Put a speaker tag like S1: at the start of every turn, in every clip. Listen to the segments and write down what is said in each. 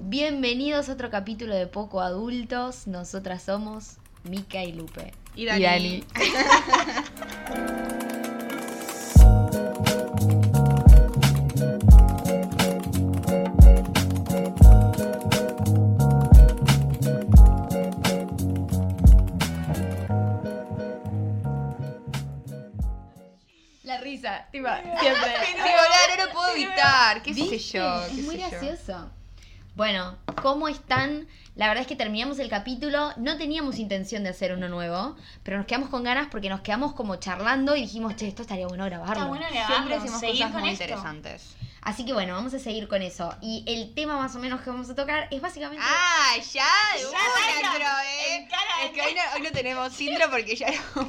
S1: Bienvenidos a otro capítulo de Poco Adultos. Nosotras somos Mica y Lupe.
S2: Y Dani.
S1: La risa, tipo, siempre.
S2: Digo, no, no lo puedo evitar, qué sé
S1: ¿Viste?
S2: yo.
S1: Es
S2: qué
S1: muy
S2: sé yo.
S1: gracioso. Bueno, ¿cómo están? La verdad es que terminamos el capítulo, no teníamos intención de hacer uno nuevo, pero nos quedamos con ganas porque nos quedamos como charlando y dijimos, che, esto estaría bueno grabarlo.
S3: Está bueno
S2: Siempre
S3: grabarlo,
S2: hacemos
S3: seguir
S2: cosas
S3: con
S2: muy
S3: esto.
S2: interesantes.
S1: Así que bueno, vamos a seguir con eso. Y el tema más o menos que vamos a tocar es básicamente...
S2: Ah, ya, de
S3: Ya,
S2: una,
S3: bueno,
S2: pero, eh.
S3: en cara
S2: Es que hoy no, hoy no tenemos intro porque ya no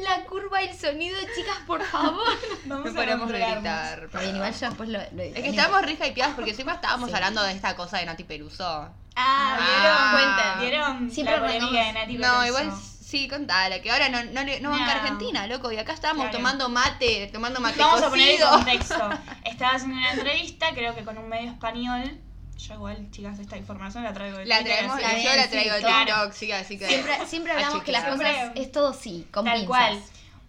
S1: La curva y el sonido, chicas, por favor.
S3: Vamos
S2: no podemos
S3: controlarnos.
S2: gritar.
S1: Está bien, igual yo después lo... lo
S2: Es que estábamos re hypeadas porque encima estábamos
S1: Sí.
S2: hablando de esta cosa de Nati Peruso. Ah.
S3: Ah, ¿vieron? ¿Vieron
S1: Siempre
S3: la polémica
S1: arrancamos-
S3: de Nati
S2: No,
S3: Peluso?
S2: igual sí, contala, que ahora no, no, le- no banca
S3: No.
S2: Argentina, loco. Y acá estábamos
S3: Claro.
S2: tomando mate, tomando mate
S3: Vamos a poner el
S2: cocido.
S3: contexto. Estaba haciendo una entrevista, creo que con un medio español. Yo igual, chicas, esta información la traigo de
S2: la
S3: Twitter,
S2: traemos,
S3: así
S1: la
S3: que-
S2: yo la
S1: sí,
S2: traigo de
S1: todo.
S2: TikTok, sí, así que...
S1: Siempre, siempre hablamos que las
S2: Achiquis.
S1: cosas es todo sí, con
S3: Tal
S1: pinzas.
S3: cual.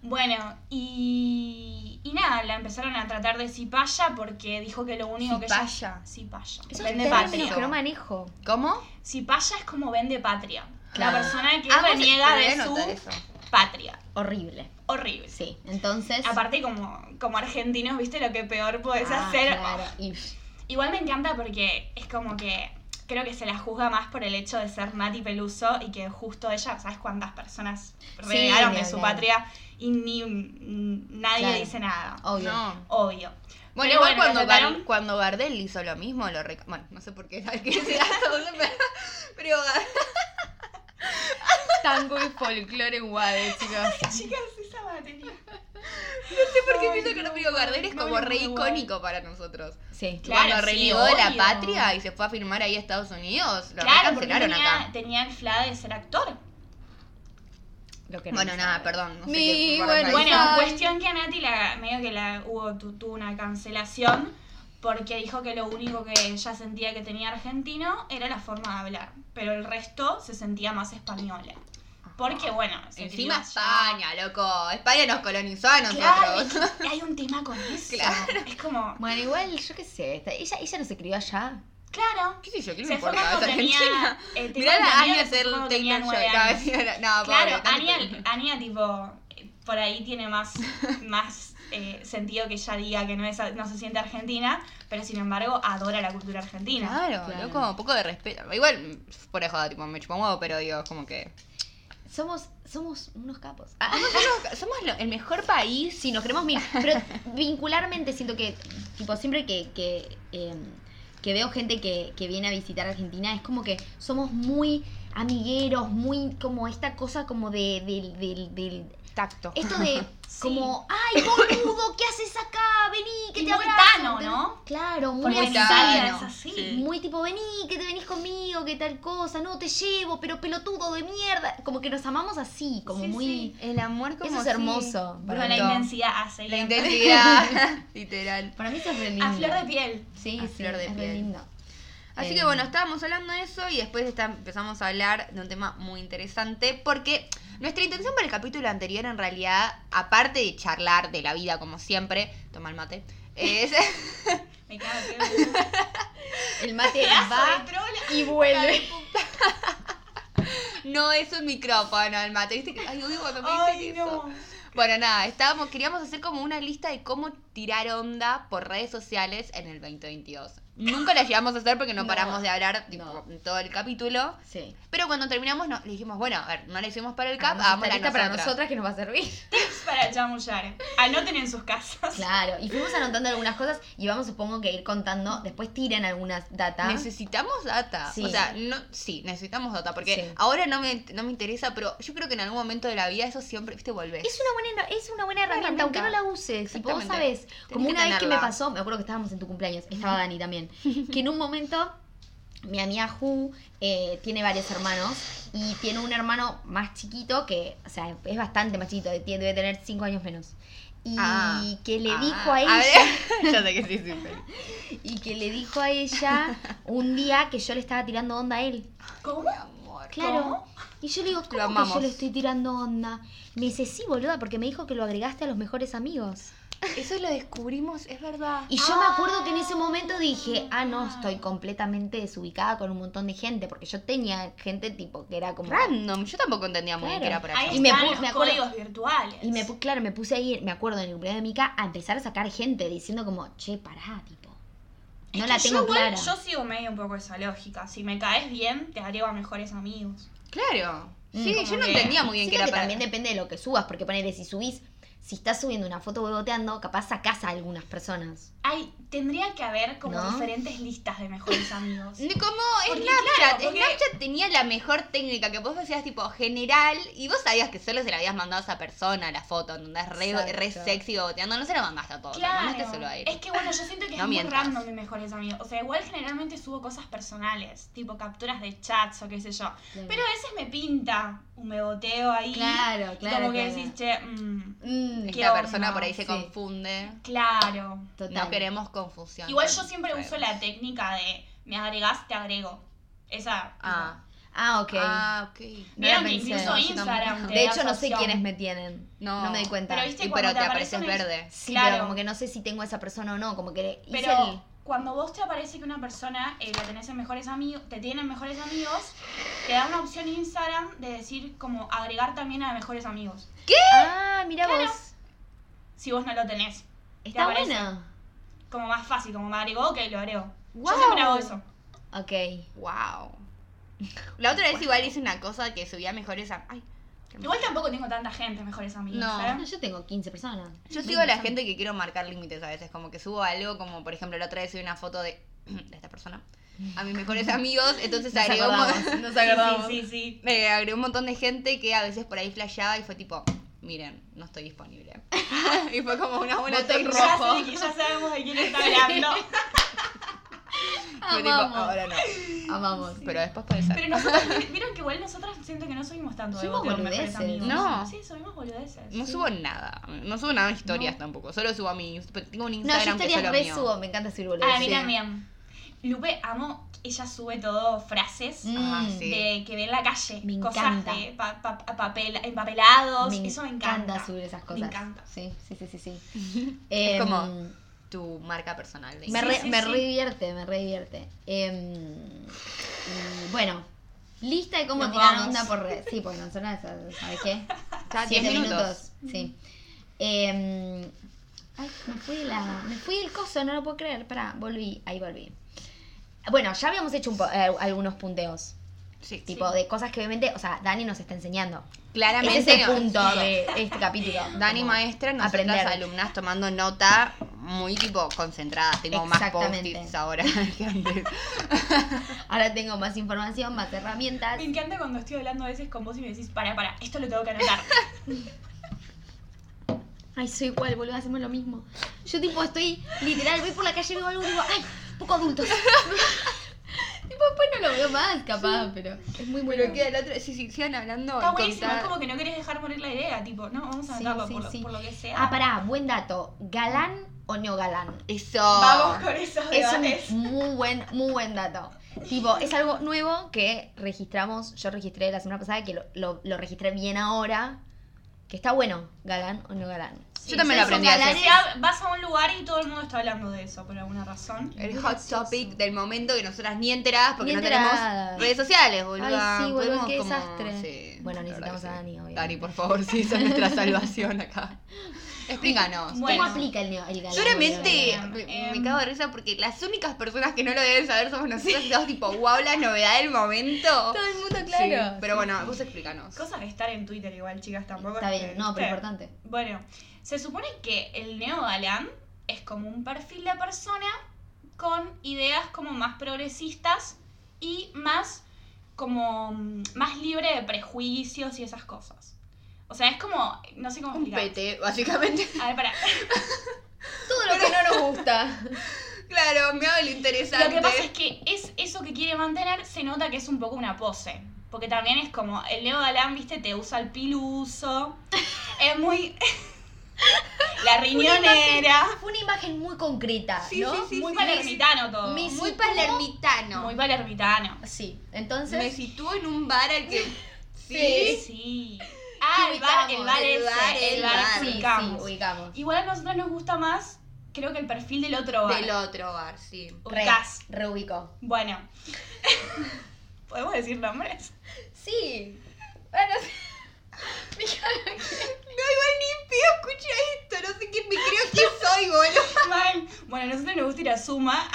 S3: Bueno, y, y nada, la empezaron a tratar de cipaya porque dijo que lo único que
S2: Cipaya.
S3: ella... Cipaya.
S1: Esos
S3: Vende
S1: términos
S3: patria.
S1: que no manejo.
S2: ¿Cómo?
S3: Cipaya es como vende patria.
S1: Claro.
S3: La persona que
S2: Ah, vos-
S3: reniega
S2: pero voy a
S3: de su
S2: anotar eso.
S3: patria.
S1: Horrible.
S3: Horrible.
S1: Sí, entonces...
S3: Aparte, como, como argentinos, viste lo que peor podés
S1: Ah,
S3: hacer.
S1: claro, y-
S3: Igual me encanta porque es como que creo que se la juzga más por el hecho de ser Nati Peluso y que justo ella, ¿sabes cuántas personas renegaron
S1: ni
S3: de su
S1: hablar.
S3: patria y ni mm, nadie
S1: Claro.
S3: dice nada?
S1: Obvio.
S2: No.
S3: Obvio.
S2: Bueno,
S3: Pero
S2: igual
S3: bueno,
S2: cuando,
S3: lo trataron-
S2: Gar- cuando Gardel hizo lo mismo, lo rec- Bueno, no sé por qué, ¿sabes qué será todo? Pero- Pero
S1: Tango y folclore en Guade, chicos.
S3: Chicas, esa batería.
S2: porque
S3: Ay,
S2: pienso que
S3: no,
S2: no digo Gardel es
S3: no
S2: como
S3: hablemos
S2: re
S3: de Guade.
S2: icónico para nosotros.
S1: Sí.
S3: Claro,
S2: cuando
S3: sí,
S2: renegó de la
S3: obvio.
S2: patria y se fue a firmar ahí a Estados Unidos, lo
S3: Claro, porque
S2: cancelaron
S3: tenía,
S2: acá.
S3: tenía el fla de ser actor.
S1: Lo que no
S2: Bueno,
S1: me
S2: nada,
S1: sabe.
S2: perdón. No sé
S1: Mi
S2: qué, por
S1: bueno,
S2: dónde
S3: Bueno,
S1: Ay.
S3: cuestión que a Nati la, medio que la hubo tu- tuvo una cancelación porque dijo que lo único que ella sentía que tenía argentino era la forma de hablar, pero el resto se sentía más española. Porque bueno, se
S2: Encima
S3: crió allá.
S2: España, loco. España nos colonizó a
S3: Claro,
S2: nosotros.
S3: y hay un tema con eso.
S2: Claro.
S3: Es como,
S1: Bueno, igual, yo qué sé. está- Ella, ella no se crió allá.
S3: claro.
S2: ¿Qué sé yo? ¿Qué le
S3: Se fue
S2: importa? Es
S3: cuando tenía,
S2: Argentina.
S3: eh, tengo
S2: Mirá la
S3: entendido
S2: Anya
S3: que se
S2: ser
S3: fue cuando tenía
S2: Taylor
S3: nueve años.
S2: Swift. No, pobre,
S3: Claro,
S2: tanto-
S3: Ania, Ania, tipo, eh, por ahí tiene más, más eh, sentido que ella diga que no, es, no se siente argentina, pero sin embargo adora la cultura argentina.
S2: Claro,
S1: Claro.
S2: loco, un poco de respeto. Igual, mm, por joda, tipo, me chupa un huevo, pero digo, es como que.
S1: Somos, somos unos capos. Ah,
S2: Somos, somos lo- el mejor país.
S1: sí, nos queremos mil. Pero vincularmente siento que, tipo, siempre que, que, eh, que veo gente que, que viene a visitar Argentina, es como que somos muy amigueros, muy como esta cosa como de, del- del- del
S2: Tacto.
S1: Esto de
S3: Sí.
S1: como, ay, boludo, ¿qué haces acá? Vení, que
S3: Y
S1: te
S3: muy
S1: abrazo.
S3: tano,
S1: que-
S3: ¿no?
S1: Claro, muy
S3: Porque
S2: Muy
S3: en
S1: así.
S2: tano,
S3: Italia es así.
S2: sí.
S1: Muy tipo, vení, que te venís conmigo, que tal cosa, no te llevo, pero pelotudo de mierda. Como que nos amamos así, como
S3: Sí,
S1: muy.
S3: sí.
S2: El amor como
S1: Eso es
S2: si-
S1: hermoso.
S3: Con
S1: para
S3: la
S1: mí.
S2: Pronto.
S3: intensidad hace.
S2: La intensidad. Literal.
S1: Para mí eso es re lindo.
S3: A flor de piel.
S1: Sí,
S2: A
S1: sí,
S2: flor de
S1: es re
S2: piel.
S1: lindo.
S2: Así
S1: Eh,
S2: que bueno, estábamos hablando de eso y después está- empezamos a hablar de un tema muy interesante porque nuestra intención para el capítulo anterior en realidad, aparte de charlar de la vida como siempre, toma el mate, es...
S3: Me cago en la
S1: El mate
S3: Pedazo
S1: Eh, va
S3: de trola.
S1: y vuelve.
S2: no es un micrófono el mate, ¿viste? que- Ay, odio cuando me dicen
S3: Ay,
S2: eso.
S3: no.
S2: Bueno, nada, estábamos, queríamos hacer como una lista de cómo tirar onda por redes sociales en el 2022. Nunca la llegamos a hacer porque no,
S1: No,
S2: paramos de hablar tipo,
S1: no.
S2: en todo el capítulo.
S1: Sí.
S2: Pero cuando terminamos no, le dijimos, bueno, a ver, no la hicimos para el cap,
S1: Hagamos esta
S2: hagámosla
S1: lista para
S2: nosotras.
S1: nosotras que nos va a servir.
S3: Tips para chamullar. Anoten en sus casas.
S1: Claro, y fuimos anotando algunas cosas y vamos, supongo que ir contando. Después tiran algunas datas.
S2: Necesitamos data.
S1: Sí.
S2: O sea, no, sí, necesitamos data. Porque
S1: Sí.
S2: ahora no me, no me interesa, pero yo creo que en algún momento de la vida eso siempre, viste, vuelve.
S1: Es una buena, es una buena
S2: Una
S1: herramienta, aunque no
S2: herramienta.
S1: la uses. Tipo, vos
S2: Exactamente.
S1: sabés,
S2: Tenés
S1: como
S2: que
S1: una vez que me
S2: tenerla.
S1: pasó, me acuerdo que estábamos en tu cumpleaños, estaba Dani también, que en un momento mi amiga Ju eh, tiene varios hermanos y eh, tiene un hermano más chiquito que, o sea, es bastante más chiquito, tiene- debe tener 5 años menos. y
S2: Ah,
S1: que le
S2: ah,
S1: dijo a
S2: a
S1: ella
S2: ver, ya sé que sí, sí, sí.
S1: y que le dijo a ella un día que yo le estaba tirando onda a él.
S3: ¿Cómo?
S1: Claro.
S3: ¿Cómo?
S1: Y yo le digo, ¿cómo que yo
S2: amamos.
S1: le estoy tirando onda? Me dice, sí, boluda, porque me dijo que lo agregaste a los mejores amigos.
S2: Eso lo descubrimos, es verdad.
S1: Y yo me acuerdo que
S3: Ah.
S1: en ese momento dije, ah, no, estoy completamente desubicada con un montón de gente, porque yo tenía gente tipo que era como...
S2: Random, yo tampoco entendía muy bien
S1: Claro.
S2: que era por allá.
S3: Ahí
S1: Y me
S3: están
S1: pu-
S3: los
S1: me acuerdo-
S3: códigos virtuales.
S1: Y me, pu- claro, me puse ahí, me acuerdo en el cumpleaños de Mica, a empezar a sacar gente diciendo como, che, pará, tipo. No
S3: Es
S1: la
S3: que
S1: tengo
S3: yo, igual-
S1: clara.
S3: yo sigo medio un poco esa lógica. Si me caes bien, te agrego a mejores amigos.
S2: Claro.
S1: Mm,
S2: Sí,
S3: como
S2: yo no
S3: que-
S2: entendía muy bien que
S1: Siento
S2: era
S1: que
S2: para
S1: también depende de lo que subas, porque ponele, si subís, si estás subiendo una foto boteando, capaz sacás a algunas personas.
S3: Ay, tendría que haber como
S1: ¿No?
S3: diferentes listas de mejores amigos.
S2: Ni Como
S3: Porque,
S2: Snapchat,
S3: claro, porque-
S2: Snapchat tenía la mejor técnica que vos hacías tipo general y vos sabías que solo se la habías mandado a esa persona la foto, donde es re,
S1: Exacto.
S2: re sexy boteando, no se la mandaste a todos, la
S3: Claro.
S2: mandaste solo a él.
S3: Es que bueno, yo siento que
S2: No
S3: es muy
S2: mientas.
S3: random mis mejores amigos. O sea, igual generalmente subo cosas personales, tipo capturas de chats o qué sé yo. Pero a veces me pinta un beboteo ahí.
S1: Claro,
S3: y
S1: claro,
S3: Como que
S1: claro.
S3: decís, che, mm,
S1: Mm,
S3: ¿Qué
S2: Esta persona
S3: onda?
S2: por ahí se
S1: Sí.
S2: confunde.
S3: claro.
S1: total.
S2: No queremos confusión.
S3: Igual
S2: con
S3: yo siempre
S2: redes.
S3: uso la técnica de me agregás, te agrego. Esa.
S2: Ah,
S1: Ah, ok.
S2: ah, ok.
S3: Vieron
S1: no la
S3: que
S1: pensé,
S3: incluso
S1: no,
S2: yo tampoco.
S3: Instagram.
S1: de
S3: te da
S1: hecho,
S3: esa
S1: no sé
S3: opción.
S1: quiénes me tienen. No,
S2: No.
S1: me di cuenta.
S3: Pero viste
S2: Sí,
S3: cuando
S2: pero
S3: te
S2: te,
S3: aparece
S2: apareces
S3: un-
S2: verde.
S1: Sí,
S3: Claro.
S1: pero como que no sé si tengo a esa persona o no, como que hice
S3: Pero
S1: el-
S3: cuando vos te aparece que una persona eh, la tenés en mejores amigos, te tienen mejores amigos, te da una opción en Instagram de decir como agregar también a mejores amigos.
S1: Ah, mira vos.
S3: Si vos no lo tenés.
S1: Está
S3: aparece.
S1: buena.
S3: Como más fácil, como me agregó, ok, lo agrego.
S2: Guau.
S3: Yo siempre hago eso.
S1: Ok.
S2: Wow. La otra vez igual hice una cosa que subía mejores a... Ay. qué
S3: Igual tampoco tengo tanta gente mejores amigos.
S2: No.
S3: ¿eh?
S1: No, yo tengo 15 personas.
S2: Yo sigo a la gente que quiero marcar límites a veces, como que subo algo, como por ejemplo la otra vez subí una foto de, de esta persona a mis mejores amigos, entonces
S1: Nos
S2: agregó un,
S1: acordamos,
S2: mon- nos acordamos.
S3: Sí, sí, sí.
S2: Eh, agregó un montón de gente que a veces por ahí flasheaba y fue tipo, miren, no estoy disponible. y fue como una buena
S1: Botón
S2: en
S3: Ya,
S2: rojo.
S3: sé que ya sabemos de quién está hablando.
S2: Fue tipo,
S1: Amamos.
S2: ahora no.
S1: Amamos.
S2: Pero después puede ser.
S3: Pero nosotros, vieron que igual nosotras siento que no subimos tanto de
S1: Subimos
S3: botear mejores
S1: boludeces.
S3: amigos.
S2: No.
S3: Sí, subimos boludeces.
S2: No
S3: sí.
S2: subo nada, no subo nada en historias
S1: No.
S2: tampoco, solo subo a mi, pues, tengo un
S1: No, yo
S2: Instagram que es
S1: historias
S2: solo
S1: re
S2: mío.
S1: subo, me encanta subir boludeces.
S3: Ah, A mí
S2: Sí.
S3: también. Lupe, amo, ella sube todo frases
S1: Mm.
S2: Ah, sí.
S3: de que ve en la calle,
S1: Me
S3: cosas
S1: encanta.
S3: de pa- pa- pa- papel, empapelados, eso me encanta.
S1: subir esas cosas.
S3: Me encanta.
S1: Sí, sí, sí, sí. sí.
S2: Es
S1: Em,
S2: como tu marca personal de
S1: Me, re,
S3: sí,
S1: me
S3: sí.
S1: re divierte, me re divierte. Em, y bueno, lista de cómo
S3: Nos
S1: tirar
S3: vamos.
S1: onda por redes. Sí, porque no son esas, ¿sabes qué?
S2: Ya, 10
S1: Siete
S2: minutos.
S1: Sí. Em, ay, me fui, la, me fui el coso, no lo puedo creer. Pará, volví, ahí volví. Bueno, ya habíamos hecho un po- eh, algunos punteos,
S2: Sí.
S1: tipo de cosas que obviamente, o sea, Dani nos está enseñando.
S2: Claramente.
S1: Ese es el
S2: no.
S1: punto de este capítulo.
S2: Dani
S1: como
S2: maestra, nosotras alumnas tomando nota muy tipo concentradas, tengo más
S1: Exactamente.
S2: post-its ahora que antes.
S1: Ahora tengo más información, más herramientas.
S3: Me encanta cuando estoy hablando a veces con vos y me decís, para, para, esto lo tengo que anotar.
S1: Ay, soy igual, boludo, hacemos lo mismo. Yo tipo estoy, literal, voy por la calle, veo algo y digo, ay, poco adultos. tipo, después no lo veo más, capaz, pero es muy bueno.
S2: Pero queda el otro, si sigan hablando,
S3: Está
S2: y
S3: buenísimo,
S2: contar-
S3: es como que no querés dejar morir la idea, tipo, no, vamos a
S1: Sí,
S3: anotarlo
S1: sí,
S3: por, lo-
S1: sí.
S3: por lo que sea.
S1: Ah, pará, buen dato. ¿Galán o no galán?
S2: Eso.
S3: Vamos con esos
S1: Es un
S3: debates.
S1: muy buen, muy buen dato. Tipo, es algo nuevo que registramos, yo registré la semana pasada, que lo, lo- lo registré bien ahora, que está bueno, galán o no galán.
S2: Yo también lo
S1: ustedes son
S2: aprendí a
S3: O
S2: hacer.
S3: sea, vas a un lugar y todo el mundo está hablando de eso por alguna razón.
S2: El hot topic del momento que nosotras ni enteradas porque
S1: Ni
S2: no
S1: enteradas.
S2: tenemos redes sociales, boluda.
S1: Ay, sí, boludo,
S2: Podemos
S1: qué
S2: como-
S1: desastre.
S2: sí,
S1: Bueno,
S2: la verdad
S1: necesitamos
S2: que
S1: a
S2: sí.
S1: Dani, obviamente.
S2: Dani, por favor, sí, esa es nuestra salvación acá. Explícanos.
S1: ¿Cómo
S3: Bueno.
S1: aplica el, neo- el galán?
S2: Seguramente
S3: Bueno,
S2: me,
S3: em.
S2: me cago de risa porque las únicas personas que no lo deben saber somos nosotras y todos tipo, wow, la novedad del momento.
S1: Todo el mundo,
S2: Sí,
S1: claro.
S2: pero bueno, vos explícanos.
S3: Cosas de estar en Twitter igual, chicas, tampoco.
S1: Está
S3: es
S1: bien,
S3: que-
S1: no, pero
S3: Sí.
S1: importante.
S3: Bueno, se supone que el neo galán es como un perfil de persona con ideas como más progresistas y más como mm, más libre de prejuicios y esas cosas. O sea, es como, no sé cómo
S2: Un
S3: explicar.
S2: pete, básicamente.
S3: A ver, pará.
S1: Todo lo que no nos gusta.
S2: claro, me hago lo interesante.
S3: Lo que pasa es que es eso que quiere mantener se nota que es un poco una pose. Porque también es como, el Leo Galán, viste, te usa el piluso. Es muy. La
S1: Una imagen-
S3: riñonera.
S1: Fue una imagen muy concreta,
S2: Sí,
S1: ¿no?
S2: sí, sí,
S3: Muy
S2: sí.
S3: palermitano todo.
S1: Mis-
S2: Muy
S1: situó-
S2: palermitano.
S3: Muy palermitano.
S1: Sí,
S2: Me
S1: entonces...
S2: sitúo en un bar al que.
S1: Sí.
S2: Sí.
S3: Sí. Ah, el bar,
S1: ubicamos,
S3: el bar
S2: el
S3: ese.
S2: bar,
S3: El
S2: el
S3: bar,
S2: bar.
S3: que
S1: sí,
S3: ubicamos.
S1: sí, ubicamos.
S3: Igual a nosotros nos gusta más, creo que el perfil del otro bar.
S2: Del otro bar, sí.
S1: Re,
S3: Ubicás.
S1: reubicó.
S3: Bueno. ¿Podemos decir nombres?
S1: Sí. Bueno, sí. Mija,
S2: No, igual ni pío escucha esto. No sé quién me creo que soy, boludo.
S3: Mal. Bueno, a nosotros nos gusta ir a Suma.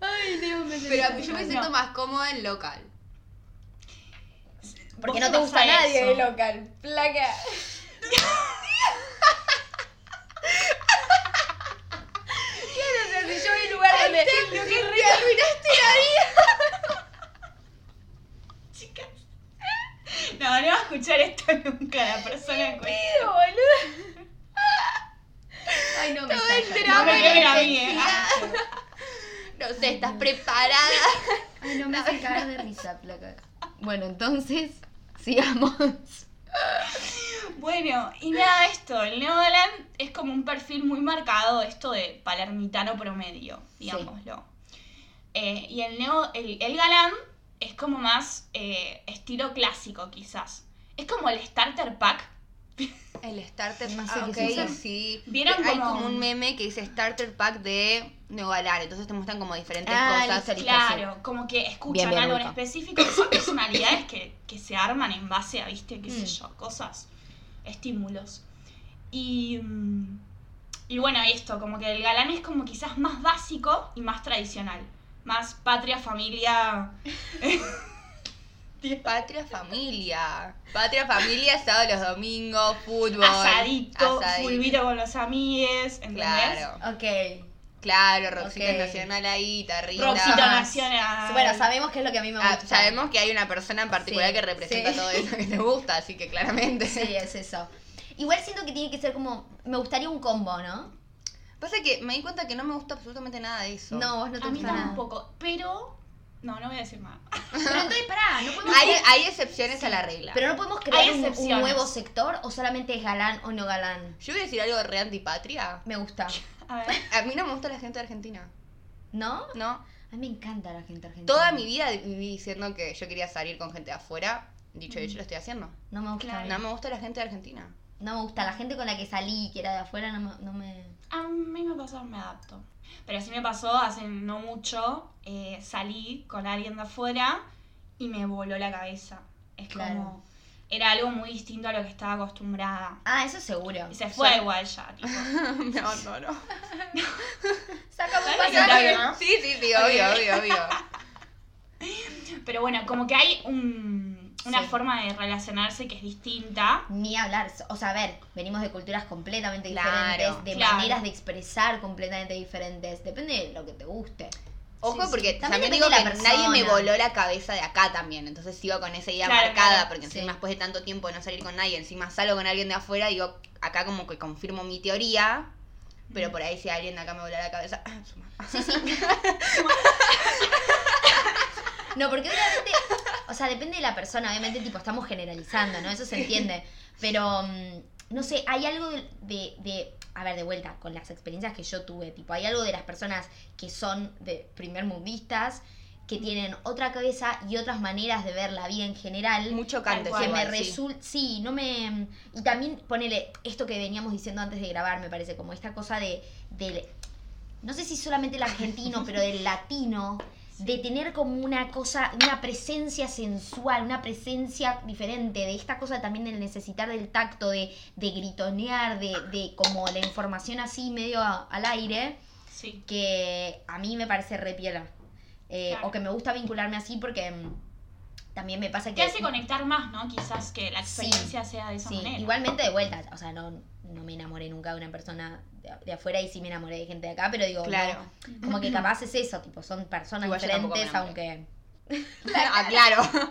S1: Ay, Dios, me
S2: Pero a mí yo me
S3: No.
S2: siento más cómoda en local.
S1: Porque
S3: Vos
S1: no te
S3: vas
S1: gusta
S3: a
S1: nadie
S3: eso.
S1: de local. Placa. Claro, o sea, si yo voy a un lugar donde.
S3: Lo que es re-
S2: arruinaste la vida!
S3: Chicas. No, no va a escuchar esto nunca la persona en cuestión.
S1: Pido, boludo. Ay, no me
S2: Todo el
S1: estalla.
S3: No
S2: drama
S3: me
S2: y
S3: quemen a
S2: la
S3: mí, eh.
S2: intensidad. No sé, ¿estás preparada?
S1: Ay, no me hacen cagar de risa, placa. Bueno, entonces, sigamos.
S3: Bueno, y nada, esto, el Neodaland es como un perfil muy marcado, esto de palermitano promedio, digámoslo. Eh, y el, neo, el, el galán es como más eh, estilo clásico, quizás. Es como el starter pack.
S2: El starter
S1: No
S2: pack.
S1: sé
S2: ah,
S1: qué es
S2: ok,
S1: eso.
S2: sí.
S3: ¿Vieron
S2: Hay
S3: como-
S2: como un meme que dice starter pack de Nueva Galar. Entonces te muestran como diferentes
S1: Ah,
S2: cosas.
S1: listo, listo.
S3: Claro, como que escuchan
S1: Bien, bien,
S3: algo en
S1: Urco.
S3: específico, son personalidades que, que se arman en base a, viste, qué sé
S1: Mm.
S3: yo, cosas, estímulos. Y, mm, y bueno, esto, como que el galán es como quizás más básico y más tradicional. Más patria, familia.
S2: Patria familia. Patria familia, sábado los domingos, fútbol.
S3: asadito,
S2: asadito.
S3: fulvito con los amigues, ¿entendés?
S2: Claro,
S1: Ok.
S2: claro, Roxita
S1: Ok.
S2: Nacional ahí, Tarrita.
S3: Roxita
S1: Más.
S3: Nacional.
S1: Bueno, sabemos qué es lo que a mí me
S2: Ah,
S1: gusta.
S2: sabemos que hay una persona en particular
S1: Sí,
S2: que representa
S1: sí.
S2: todo eso que te gusta, así que claramente.
S1: Sí, es eso. Igual siento que tiene que ser como. Me gustaría un combo, ¿no?
S2: Pasa que me di cuenta que no me gusta absolutamente nada de eso.
S1: No, vos no te
S3: A mí
S1: gusta nada.
S3: tampoco, pero... No, no voy a decir nada.
S1: Pero entonces, pará, no podemos.
S2: Hay, hay excepciones a la regla.
S1: Pero no podemos
S3: Hay
S1: crear un- un,
S3: excepciones.
S1: nuevo sector o solamente es galán o no galán.
S2: Yo voy a decir algo re antipatria.
S1: Me gusta.
S3: A ver.
S2: A mí no me gusta la gente de Argentina.
S1: ¿No?
S2: No.
S1: A mí me encanta la gente argentina.
S2: Toda mi vida viví diciendo que yo quería salir con gente de afuera. Dicho y hecho, lo estoy haciendo.
S1: No me gusta.
S3: Claro.
S2: No me gusta la gente de Argentina.
S1: No me gusta. La gente con la que salí, que era de afuera, no me. no me-
S3: A mí me pasó, me adapto. Pero sí me pasó hace no mucho, eh, salí con alguien de afuera y me voló la cabeza. Es
S1: Claro.
S3: como, era algo muy distinto a lo que estaba acostumbrada.
S1: Ah, eso seguro.
S3: Y se fue
S2: Sí.
S3: igual ya, tipo.
S2: no, no, no.
S1: Sacamos
S3: ¿Sabes
S1: pasaje.
S3: qué tal, no?
S2: Sí, sí, sí, obvio, obvio, obvio.
S3: Pero bueno, como que hay un- una
S1: Sí.
S3: forma de relacionarse que es distinta.
S1: Ni hablar. O sea, a ver, venimos de culturas completamente
S2: Claro,
S1: diferentes, de
S3: claro.
S1: maneras de expresar completamente diferentes. Depende de lo que te guste.
S2: Ojo,
S3: Sí, sí.
S2: porque
S1: También
S2: también,
S1: depende
S2: digo
S1: de
S2: que
S1: la
S2: nadie me
S1: persona.
S2: voló la cabeza de acá también. Entonces sigo con esa idea
S3: Claro,
S2: marcada,
S3: claro.
S2: porque
S1: Sí.
S2: encima después de tanto tiempo de no salir con nadie, encima salgo con alguien de afuera, digo, acá como que confirmo mi teoría. Pero por ahí si alguien de acá me voló la cabeza. su madre.
S1: No, porque obviamente, o sea, depende de la persona, obviamente, tipo, estamos generalizando, ¿no? Eso se entiende. Pero, mm, no sé, hay algo de, de- de- a ver, de vuelta, con las experiencias que yo tuve, tipo, hay algo de las personas que son de primer mundistas, que tienen otra cabeza y otras maneras de ver la vida en general.
S2: Mucho cante,
S3: cual.
S1: que me
S2: igual, sí.
S1: resulta, sí. no me... Y también ponele esto que veníamos diciendo antes de grabar, me parece, como esta cosa de, del- no sé si solamente el argentino, pero del latino, de tener como una cosa, una presencia sensual, una presencia diferente, de esta cosa también del necesitar del tacto, de, de gritonear, de, de como la información así medio a- al aire
S3: Sí.
S1: que a mí me parece re piola. Eh,
S3: Claro.
S1: O que me gusta vincularme así porque mm, también me pasa que...
S3: Te hace conectar más, ¿no? Quizás que la
S1: Sí.
S3: experiencia sea de esa
S1: Sí,
S3: manera.
S1: igualmente de vuelta. O sea, no, no me enamoré nunca de una persona de, de afuera y sí me enamoré de gente de acá, pero digo,
S2: Claro.
S1: no, como que capaz es eso, tipo, son personas
S2: Igual yo tampoco me
S1: diferentes, aunque...
S2: Ah, claro.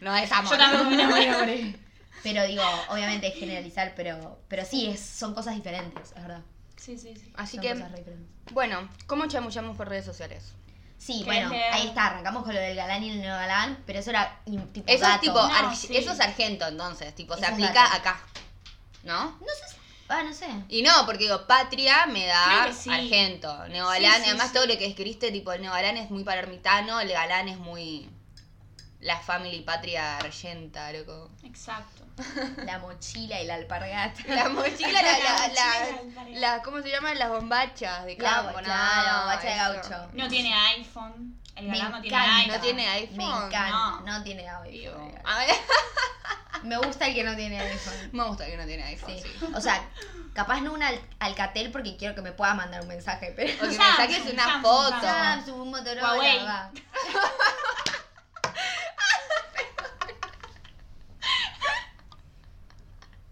S2: No es amor.
S3: Yo también me enamoré.
S1: Pero digo, obviamente es generalizar, pero, pero sí, es, son cosas diferentes, es verdad.
S3: Sí, sí, sí.
S2: Así
S1: Son
S2: que,
S1: cosas re diferentes.
S2: bueno, ¿cómo chamullamos por redes sociales?
S1: Sí,
S3: ¿Querés
S1: bueno,
S3: leer?
S1: ahí está, arrancamos con lo del galán y el no galán, pero eso era mm, tipo
S2: Eso es
S1: dato.
S2: tipo,
S3: No,
S2: ar-
S3: sí.
S2: eso es argento entonces, tipo, se
S1: Eso es
S2: aplica
S1: dato.
S2: acá. ¿No?
S1: No sé, si- Ah, no sé.
S2: Y no, porque digo, patria me
S3: Creo
S2: da
S3: que sí.
S2: argento. Neogalán,
S3: Sí, sí,
S2: además
S3: sí.
S2: todo lo que escribiste, tipo, el neogalán es muy palermitano, el galán es muy. La family patria argenta, loco.
S3: Exacto.
S1: La mochila y la alpargata.
S2: La mochila, la, la, la-
S3: mochila, el
S2: la- ¿Cómo se llaman? Las bombachas de
S1: La
S2: campo,
S1: bo-
S2: no,
S1: claro, la bombacha de
S2: eso.
S1: gaucho.
S3: No tiene iPhone. El
S1: Me
S3: galán no tiene
S1: encanta.
S3: iPhone.
S2: No tiene iPhone,
S1: Me encanta. No,
S3: no.
S1: tiene iPhone.
S2: A ver,
S1: Me gusta el que no tiene iPhone.
S2: me gusta que no tiene iPhone.
S1: Sí.
S2: Sí.
S1: O sea, capaz no un al- Alcatel porque quiero que me pueda mandar un mensaje, pero.
S2: O que me
S3: Samsung,
S2: saques una
S3: Samsung,
S2: foto.
S3: Samsung.
S1: Samsung, un Motorola,
S3: Huawei.
S1: va.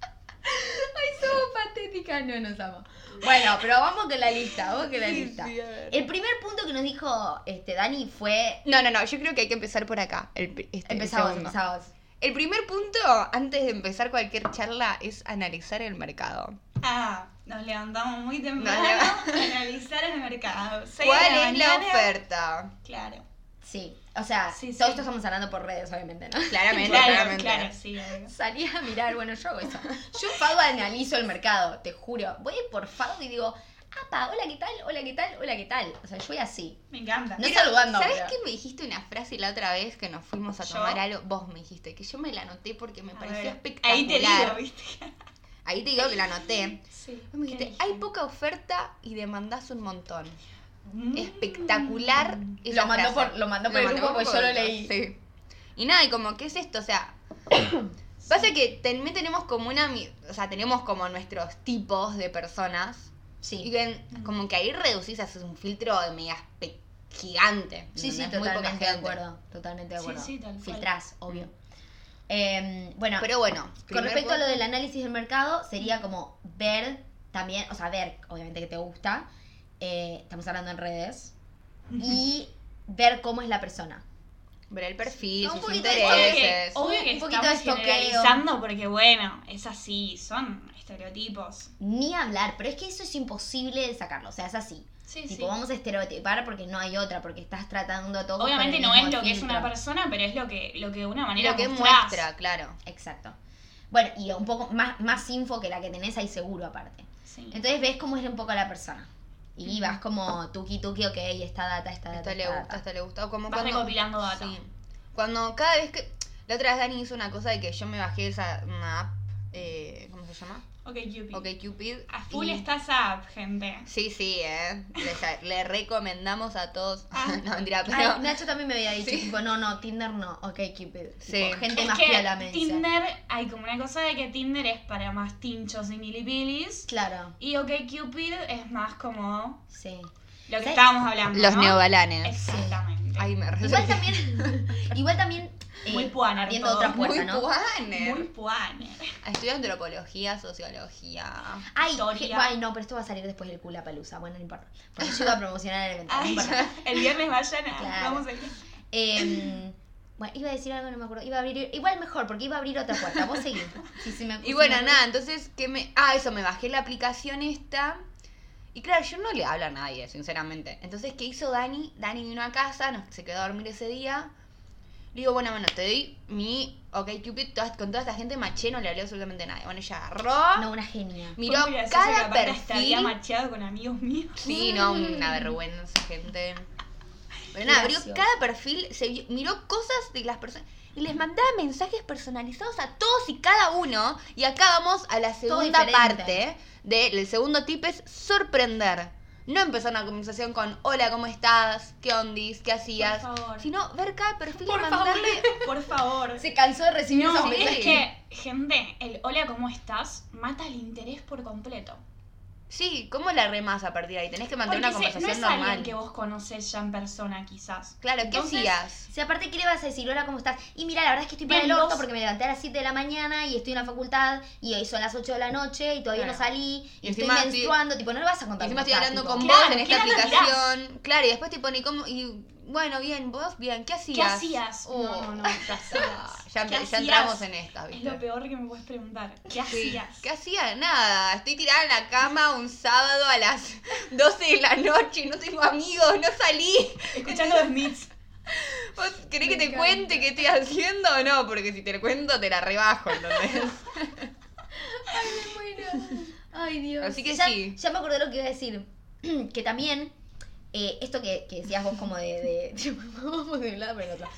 S1: Ay, somos patéticas, no nos amo. Bueno, pero vamos con la lista, vamos con la
S2: Sí,
S1: lista.
S2: sí, a ver.
S1: El primer punto que nos dijo este Dani fue.
S2: No, no, no, yo creo que hay que empezar por acá. El, pri- este, el
S1: Empezamos,
S2: segundo.
S1: empezamos.
S2: El primer punto, antes de empezar cualquier charla, es analizar el mercado.
S3: Ah, nos levantamos muy temprano
S2: Nos
S3: a analizar el mercado. Seis de
S2: ¿Cuál es la
S3: mañana.
S2: oferta?
S3: Claro.
S1: Sí, o sea,
S3: Sí,
S1: todos
S3: sí.
S1: esto estamos hablando por redes, obviamente, ¿no?
S2: Claramente,
S3: Claro,
S2: claramente.
S3: claro, sí. obvio.
S1: Salí a mirar, bueno, yo hago eso. Yo Fado analizo el mercado, te juro. Voy por Fado y digo, apa, hola, ¿qué tal? Hola, ¿qué tal? Hola, ¿qué tal? O sea, yo voy así.
S3: Me encanta.
S1: No saludando.
S2: ¿Sabes
S1: pero-
S2: qué me dijiste una frase la otra vez que nos fuimos a
S3: ¿Yo?
S2: tomar algo? Vos me dijiste que yo me la anoté porque me
S3: A
S2: pareció
S3: ver,
S2: espectacular.
S3: Ahí te digo, ¿viste?
S2: Ahí te digo que la anoté.
S3: Sí.
S2: Vos me
S3: ¿qué
S2: dijiste,
S3: dije?
S2: hay poca oferta y demandás un montón.
S3: Mm.
S2: Espectacular. esa
S1: Lo mandó
S2: frase.
S1: por- lo mandó por el grupo porque
S2: por
S1: yo
S2: el
S1: lo
S2: grupo.
S1: leí.
S2: Sí. Y nada, y como, ¿qué es esto? O sea, pasa que también tenemos como una... mi- O sea, tenemos como nuestros tipos de personas. Y
S1: Sí.
S2: que, como que ahí reducís, haces un filtro de mega espe- gigante.
S1: Sí, sí,
S2: ¿entendés? Muy poca
S1: totalmente de
S2: gente.
S1: acuerdo. Totalmente de
S3: Sí,
S1: acuerdo.
S3: sí, tal cual.
S1: Filtrás, obvio. Eh, bueno,
S2: Pero bueno,
S1: con
S2: primer
S1: respecto a
S2: punto-
S1: lo del análisis del mercado, sería como ver también, o sea, ver, obviamente que te gusta. eh, estamos hablando en redes. Y ver cómo es la persona.
S2: ver el perfil,
S1: Un
S2: sus
S1: poquito de
S2: intereses.
S1: toque.
S3: Obvio que
S1: Un poquito de
S3: estamos
S1: estoqueo.
S3: generalizando porque, bueno, es así, son estereotipos.
S1: Ni hablar, pero es que eso es imposible de sacarlo, o sea, es así.
S3: Sí,
S1: tipo, vamos a estereotipar porque no hay otra, porque estás tratando a todos. con
S3: Obviamente
S1: el
S3: no es
S1: mismo
S3: lo que es una
S1: filtro.
S3: persona, pero es lo que, lo que de una
S2: Y
S3: manera
S2: lo que
S3: mostrás.
S2: muestra, claro.
S1: Exacto. Bueno, y un poco más, más info que la que tenés ahí seguro aparte.
S3: Sí.
S1: Entonces ves cómo es un poco la persona. Y vas como tuki tuki, ok, esta data, esta data.
S2: Esta le
S1: esta
S2: gusta,
S1: data.
S2: esta le gusta. O como
S3: Vas
S2: cuando,
S3: recopilando data.
S2: Sí. Cuando cada vez que. La otra vez Dani hizo una cosa de que yo me bajé esa una app. eh, ¿Cómo se llama?
S3: Ok, Yupi.
S2: Ok, Cupid.
S3: A full está esa app, gente.
S2: Sí, sí, eh. Les- Le, recomendamos a todos.
S3: Ah.
S2: no, mentira,
S1: Ay,
S2: pero.
S1: Nacho también me había dicho,
S2: Sí.
S1: tipo, no, no, Tinder no, ok, Cupid.
S2: Sí.
S1: Tipo, gente
S3: Es
S1: más
S3: que
S1: piola, me dice.
S3: Tinder, hay como una cosa de que Tinder es para más tinchos y milipilis.
S1: Claro,
S3: Y OK Cupid es más como
S1: sí.
S3: lo que
S1: Sí.
S3: estábamos hablando.
S2: Los
S3: ¿no?
S2: neogalanes.
S3: Exactamente.
S2: Ay, me re-
S1: Igual también, igual también eh,
S3: Muy puaner
S1: abriendo
S3: todo.
S1: otra
S2: Muy
S1: puerta, ¿no?
S2: puaner.
S3: Muy puaner.
S2: Estudio antropología, sociología.
S1: Ay,
S3: Historia.
S1: je- ay, no, pero esto va a salir después del Palusa Bueno, no importa. Porque yo iba a promocionar el evento. no
S3: Ay,
S1: importa.
S3: ya, el viernes vayan a.
S1: Claro.
S3: Vamos a ir.
S1: Em, bueno, iba a decir algo, no me acuerdo. Iba a abrir. Igual mejor, porque iba a abrir otra puerta. Vos seguís. Sí, sí, me
S2: Y
S1: sí,
S2: bueno,
S1: me-
S2: nada, entonces, ¿qué me...? Ah, eso, me bajé la aplicación esta. Y claro, yo no le hablo a nadie, sinceramente. Entonces, ¿qué hizo Dani? Dani vino a casa, nos, se quedó a dormir ese día. Le digo, bueno, bueno, te doy mi OK Cupid con toda esta gente, maché, no le hablé absolutamente a nadie. Bueno, ella agarró,
S1: No, una genia.
S2: miró
S3: Fue muy gracioso que
S2: cada
S3: aparte hasta había
S2: perfil.
S3: macheado con amigos míos.
S2: Sí, no, una vergüenza, gente. Pero nada, abrió
S1: Gracioso.
S2: cada perfil, se vio- miró cosas de las personas y les mandaba mensajes personalizados a todos y cada uno. Y acá vamos a la segunda
S1: diferente.
S2: parte del segundo tip es sorprender. No empezar una conversación con hola, ¿cómo estás? ¿Qué ondis? ¿Qué hacías?
S3: favor.
S2: Sino ver cada perfil
S1: Por
S2: y
S1: favor.
S2: mandarle.
S3: Por favor.
S1: Se cansó de recibir
S3: No,
S1: esos
S2: sí.
S1: mensajes.
S3: es que, gente, el hola, ¿cómo estás? mata el interés por completo.
S2: Sí, ¿cómo la remas a partir de ahí? Tenés que mantener una
S3: Porque se-
S2: conversación
S3: no es alguien
S2: normal.
S3: que vos conocés ya en persona, quizás.
S2: Claro, ¿qué
S3: Entonces,
S2: hacías?
S1: Si aparte, ¿qué le vas a decir? Hola, ¿cómo estás? Y mira, la verdad es que estoy para el
S3: Bien,
S1: orto
S3: vos.
S1: porque me levanté a las 7 de la mañana y estoy en la facultad y hoy son las 8 de la noche y todavía no
S2: Claro.
S1: salí y,
S2: Y
S1: estoy
S2: encima estoy-
S1: menstruando. Tipo, no le vas a
S2: Y
S1: contar.
S2: encima
S1: cómo
S2: estoy
S1: estás,
S2: hablando
S1: tipo.
S2: con
S3: Claro,
S2: vos en esta
S3: ¿qué ganas
S2: aplicación. Claro, y después te pone como. Y, bueno, bien, vos, bien, ¿qué hacías?
S3: ¿Qué hacías?
S2: Oh,
S3: No, no, ¿qué hacías?
S2: Ya,
S3: ¿Qué
S2: ya
S3: hacías?
S2: entramos en esta,
S3: Es
S2: ¿viste?
S3: lo peor que me puedes preguntar. ¿Qué
S2: Sí.
S3: hacías?
S2: ¿Qué hacía? Nada, estoy tirada en la cama un sábado a las 12 de la noche, no tengo amigos, no salí.
S3: Escuchando Smiths.
S2: ¿Vos querés
S3: Me
S2: que te
S3: encanta.
S2: cuente qué estoy haciendo o no? Porque si te lo cuento, te la rebajo, ¿entendés?
S1: Ay, me muero. Ay, Dios.
S2: Así que
S1: ya,
S2: sí.
S1: Ya me acordé lo que iba a decir. Que también, eh, esto que, que decías vos como de... de vamos de un lado para el otro.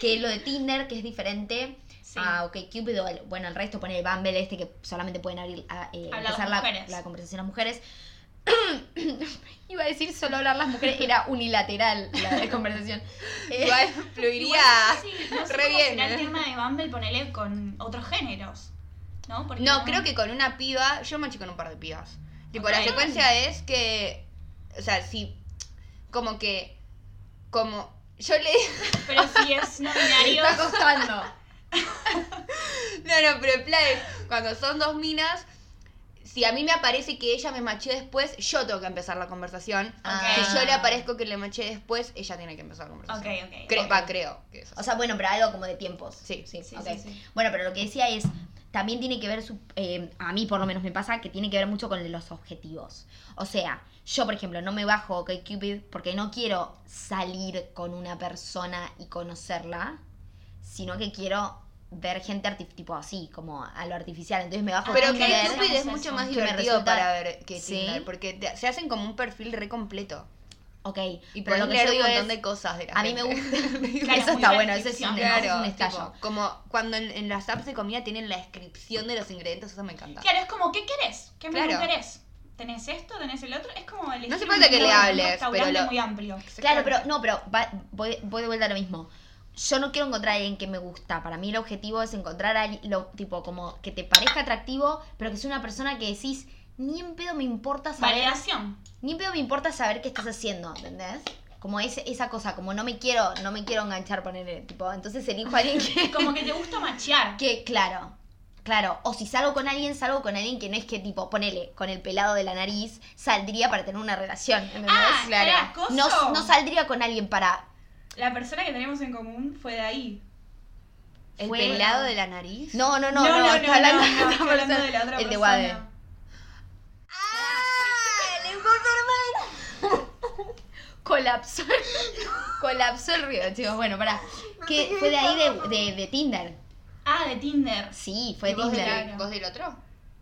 S1: Que lo de Tinder, que es diferente
S3: Sí.
S1: a
S2: Ah,
S1: OkCupid o al- bueno, el resto, pone el Bumble este que solamente pueden abrir, a, eh,
S3: Hablar
S1: empezar
S3: con
S1: la,
S3: mujeres.
S1: la conversación a mujeres. Iba a decir solo hablar las mujeres, era unilateral la conversación. Eh,
S2: Igual fluiría
S3: Igual, sí, no sé
S2: re
S3: cómo
S2: bien.
S3: será el
S2: ¿eh?
S3: tema de Bumble, ponele con otros géneros. ¿No? Porque
S2: No, creo que con una piba, yo me con un par de pibas. Tipo, la
S3: Ok.
S2: secuencia es que, o sea, si, como que, como, yo le,
S3: Pero si es no
S1: Eh, me
S3: binario.
S1: está costando.
S2: no, no, pero el plan es, cuando son dos minas, si a mí me aparece que ella me maché después, yo tengo que empezar la conversación.
S1: Ah.
S2: Si yo le aparezco que le maché después, ella tiene que empezar la conversación.
S3: Ok, ok,
S2: Cre-
S1: ok.
S2: Va, creo que es así.
S1: O sea, bueno, pero algo como de tiempos.
S2: Sí.
S3: Sí,
S1: ok.
S3: sí, sí.
S1: Bueno, pero lo que decía es, también tiene que ver, su- eh, a mí por lo menos me pasa, que tiene que ver mucho con los objetivos. O sea, yo por ejemplo no me bajo Cupid porque no quiero salir con una persona y conocerla, sino que quiero ver gente arti- tipo así, como a lo artificial. Entonces me bajo
S2: Pero
S3: Ah,
S2: que
S1: Tinder.
S3: claro,
S2: Cupid es
S3: eso.
S2: mucho más
S1: Que me
S2: divertido
S1: resulta-
S2: para ver que
S1: Sí.
S2: Tinder, porque te- se hacen como un perfil re completo.
S1: Ok,
S2: Y
S1: pero lo que yo
S2: leer un
S1: digo
S2: montón
S1: es,
S2: de cosas de la
S1: a mí me
S2: gente.
S1: gusta...
S3: Claro,
S1: eso está
S3: muy buena
S1: bueno, eso es un,
S3: descripción.
S1: es un
S2: Claro,
S1: estallo.
S2: tipo, como cuando en, en las apps de comida tienen la descripción de los ingredientes, eso me encanta.
S3: Claro, es como, ¿qué querés? ¿Qué menú
S2: Claro.
S3: querés? ¿Tenés esto? ¿Tenés el otro? Es como el
S2: hace falta que le hables, pero lo-
S3: muy amplio.
S1: Claro, pero no, pero va- voy, voy de vuelta a lo mismo. Yo no quiero encontrar a alguien que me gusta. Para mí el objetivo es encontrar a alguien, lo, tipo, como que te parezca atractivo, pero que sea una persona que decís, ni en pedo me importa saber.
S3: Validación.
S1: Ni en pedo me importa saber qué estás haciendo, ¿entendés? Como es, esa cosa, como no me quiero, no me quiero enganchar, ponerle, tipo, entonces elijo a alguien que.
S3: Como que te gusta machear.
S1: Que, claro, claro. O si salgo con alguien, salgo con alguien que no es que, tipo, ponele, con el pelado de la nariz, saldría para tener una relación, ¿entendés?
S3: Ah,
S2: claro.
S3: claro. Coso.
S1: No, no saldría con alguien para
S3: La persona que tenemos en común fue de ahí.
S2: ¿El
S1: fue-
S2: pelado de la nariz?
S1: No, no, no, no, está hablando,
S3: no,
S1: de,
S3: estoy
S1: otra
S3: hablando
S1: persona.
S3: de la otra
S1: El de
S3: persona.
S1: Wade.
S2: ¡Ah! ¡El hermano!
S1: Colapsó. Colapsó el río, chicos. Bueno, pará. Que fue de ahí de, de, de Tinder.
S3: Ah, de Tinder.
S1: Sí, fue
S2: ¿Y vos,
S1: Tinder.
S2: del,
S3: Claro.
S2: vos del otro?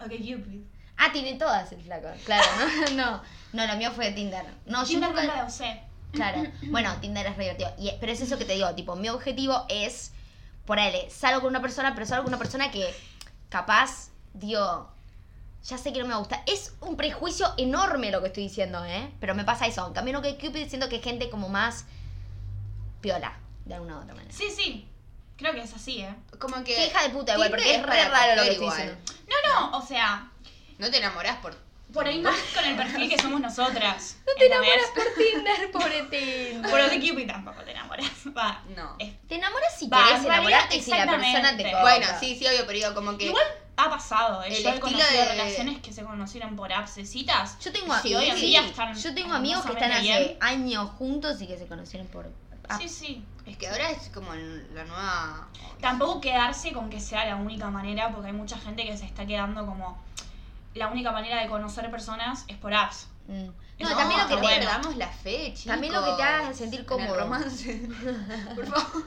S3: Ok, Cupid.
S1: Ah, tiene todas el flaco. Claro, no, no. No, lo mío fue de Tinder. No,
S3: Tinder
S1: yo
S3: no la
S1: nunca.
S3: usé.
S1: Claro. Bueno, Tinder es re divertido. Y, pero es eso que te digo, tipo, mi objetivo es. Por él, salgo con una persona, pero salgo con una persona que capaz, digo. Ya sé que no me gusta. Es un prejuicio enorme lo que estoy diciendo, ¿eh? Pero me pasa eso. En cambio, no que Cupid siento que es gente como más piola, de alguna u otra manera.
S3: Sí, sí. Creo que es así, ¿eh?
S2: Como que...
S1: Qué hija de puta igual, porque
S2: Tinder
S1: es re
S2: para
S1: raro lo que
S2: coger
S1: estoy
S2: igual.
S1: diciendo.
S3: No, no, o sea,
S2: No te enamorás por...
S3: por ahí más con el perfil que somos nosotras. No
S1: Te enamoras por Tinder, pobre Tinder.
S3: Por de Cupid tampoco te enamoras. Va.
S2: No.
S3: Es-
S1: Te enamoras si
S3: Va,
S1: querés
S3: en realidad,
S1: enamorarte y si la persona te
S3: exactamente.
S1: copa.
S2: Bueno, sí, sí, obvio, pero digo como que...
S3: Igual ha pasado, ¿eh?
S2: El
S3: Yo he
S2: estilo
S3: conocido
S2: de-
S3: relaciones que se conocieron por absesitas.
S1: Yo tengo, a-
S2: Sí,
S3: hoy en
S1: sí,
S3: día están
S1: yo tengo amigos que están hace
S3: hermosamente bien.
S1: años juntos y que se conocieron por... ah,
S3: Sí, sí.
S2: Es que ahora es como el- la nueva...
S3: Tampoco quedarse con que sea la única manera, porque hay mucha gente que se está quedando como la única manera de conocer personas es por apps.
S1: mm. No,
S3: No,
S1: también lo que
S2: no
S1: te...
S2: perdamos la fe, chicos.
S1: También lo que te haga sentir
S2: En el
S1: cómodo.
S2: romance. Por favor.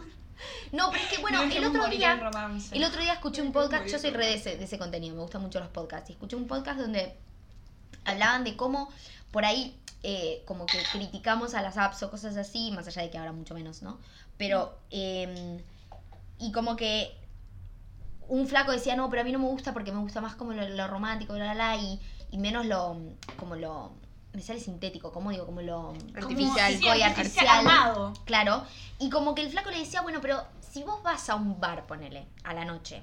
S1: No, pero es que bueno,
S3: No
S1: el
S3: dejemos
S1: otro
S3: morir
S1: día...
S3: el romance.
S1: El otro día escuché un podcast, yo soy
S2: Muy
S1: re de ese, de ese contenido, me gustan mucho los podcasts. Y escuché un podcast donde hablaban de cómo por ahí eh, como que criticamos a las apps o cosas así, más allá de que ahora mucho menos, ¿no? Pero, eh, y como que un flaco decía, no, pero a mí no me gusta porque me gusta más como lo, lo romántico, bla, bla, bla, y, y menos lo, como lo, me sale sintético, ¿cómo digo? Como lo...
S3: Como-
S2: Artificial,
S3: sí,
S1: y
S3: artificial,
S1: artificial.
S3: amado.
S1: Claro. Y como que el flaco le decía, bueno, pero si vos vas a un bar, ponele, a la noche,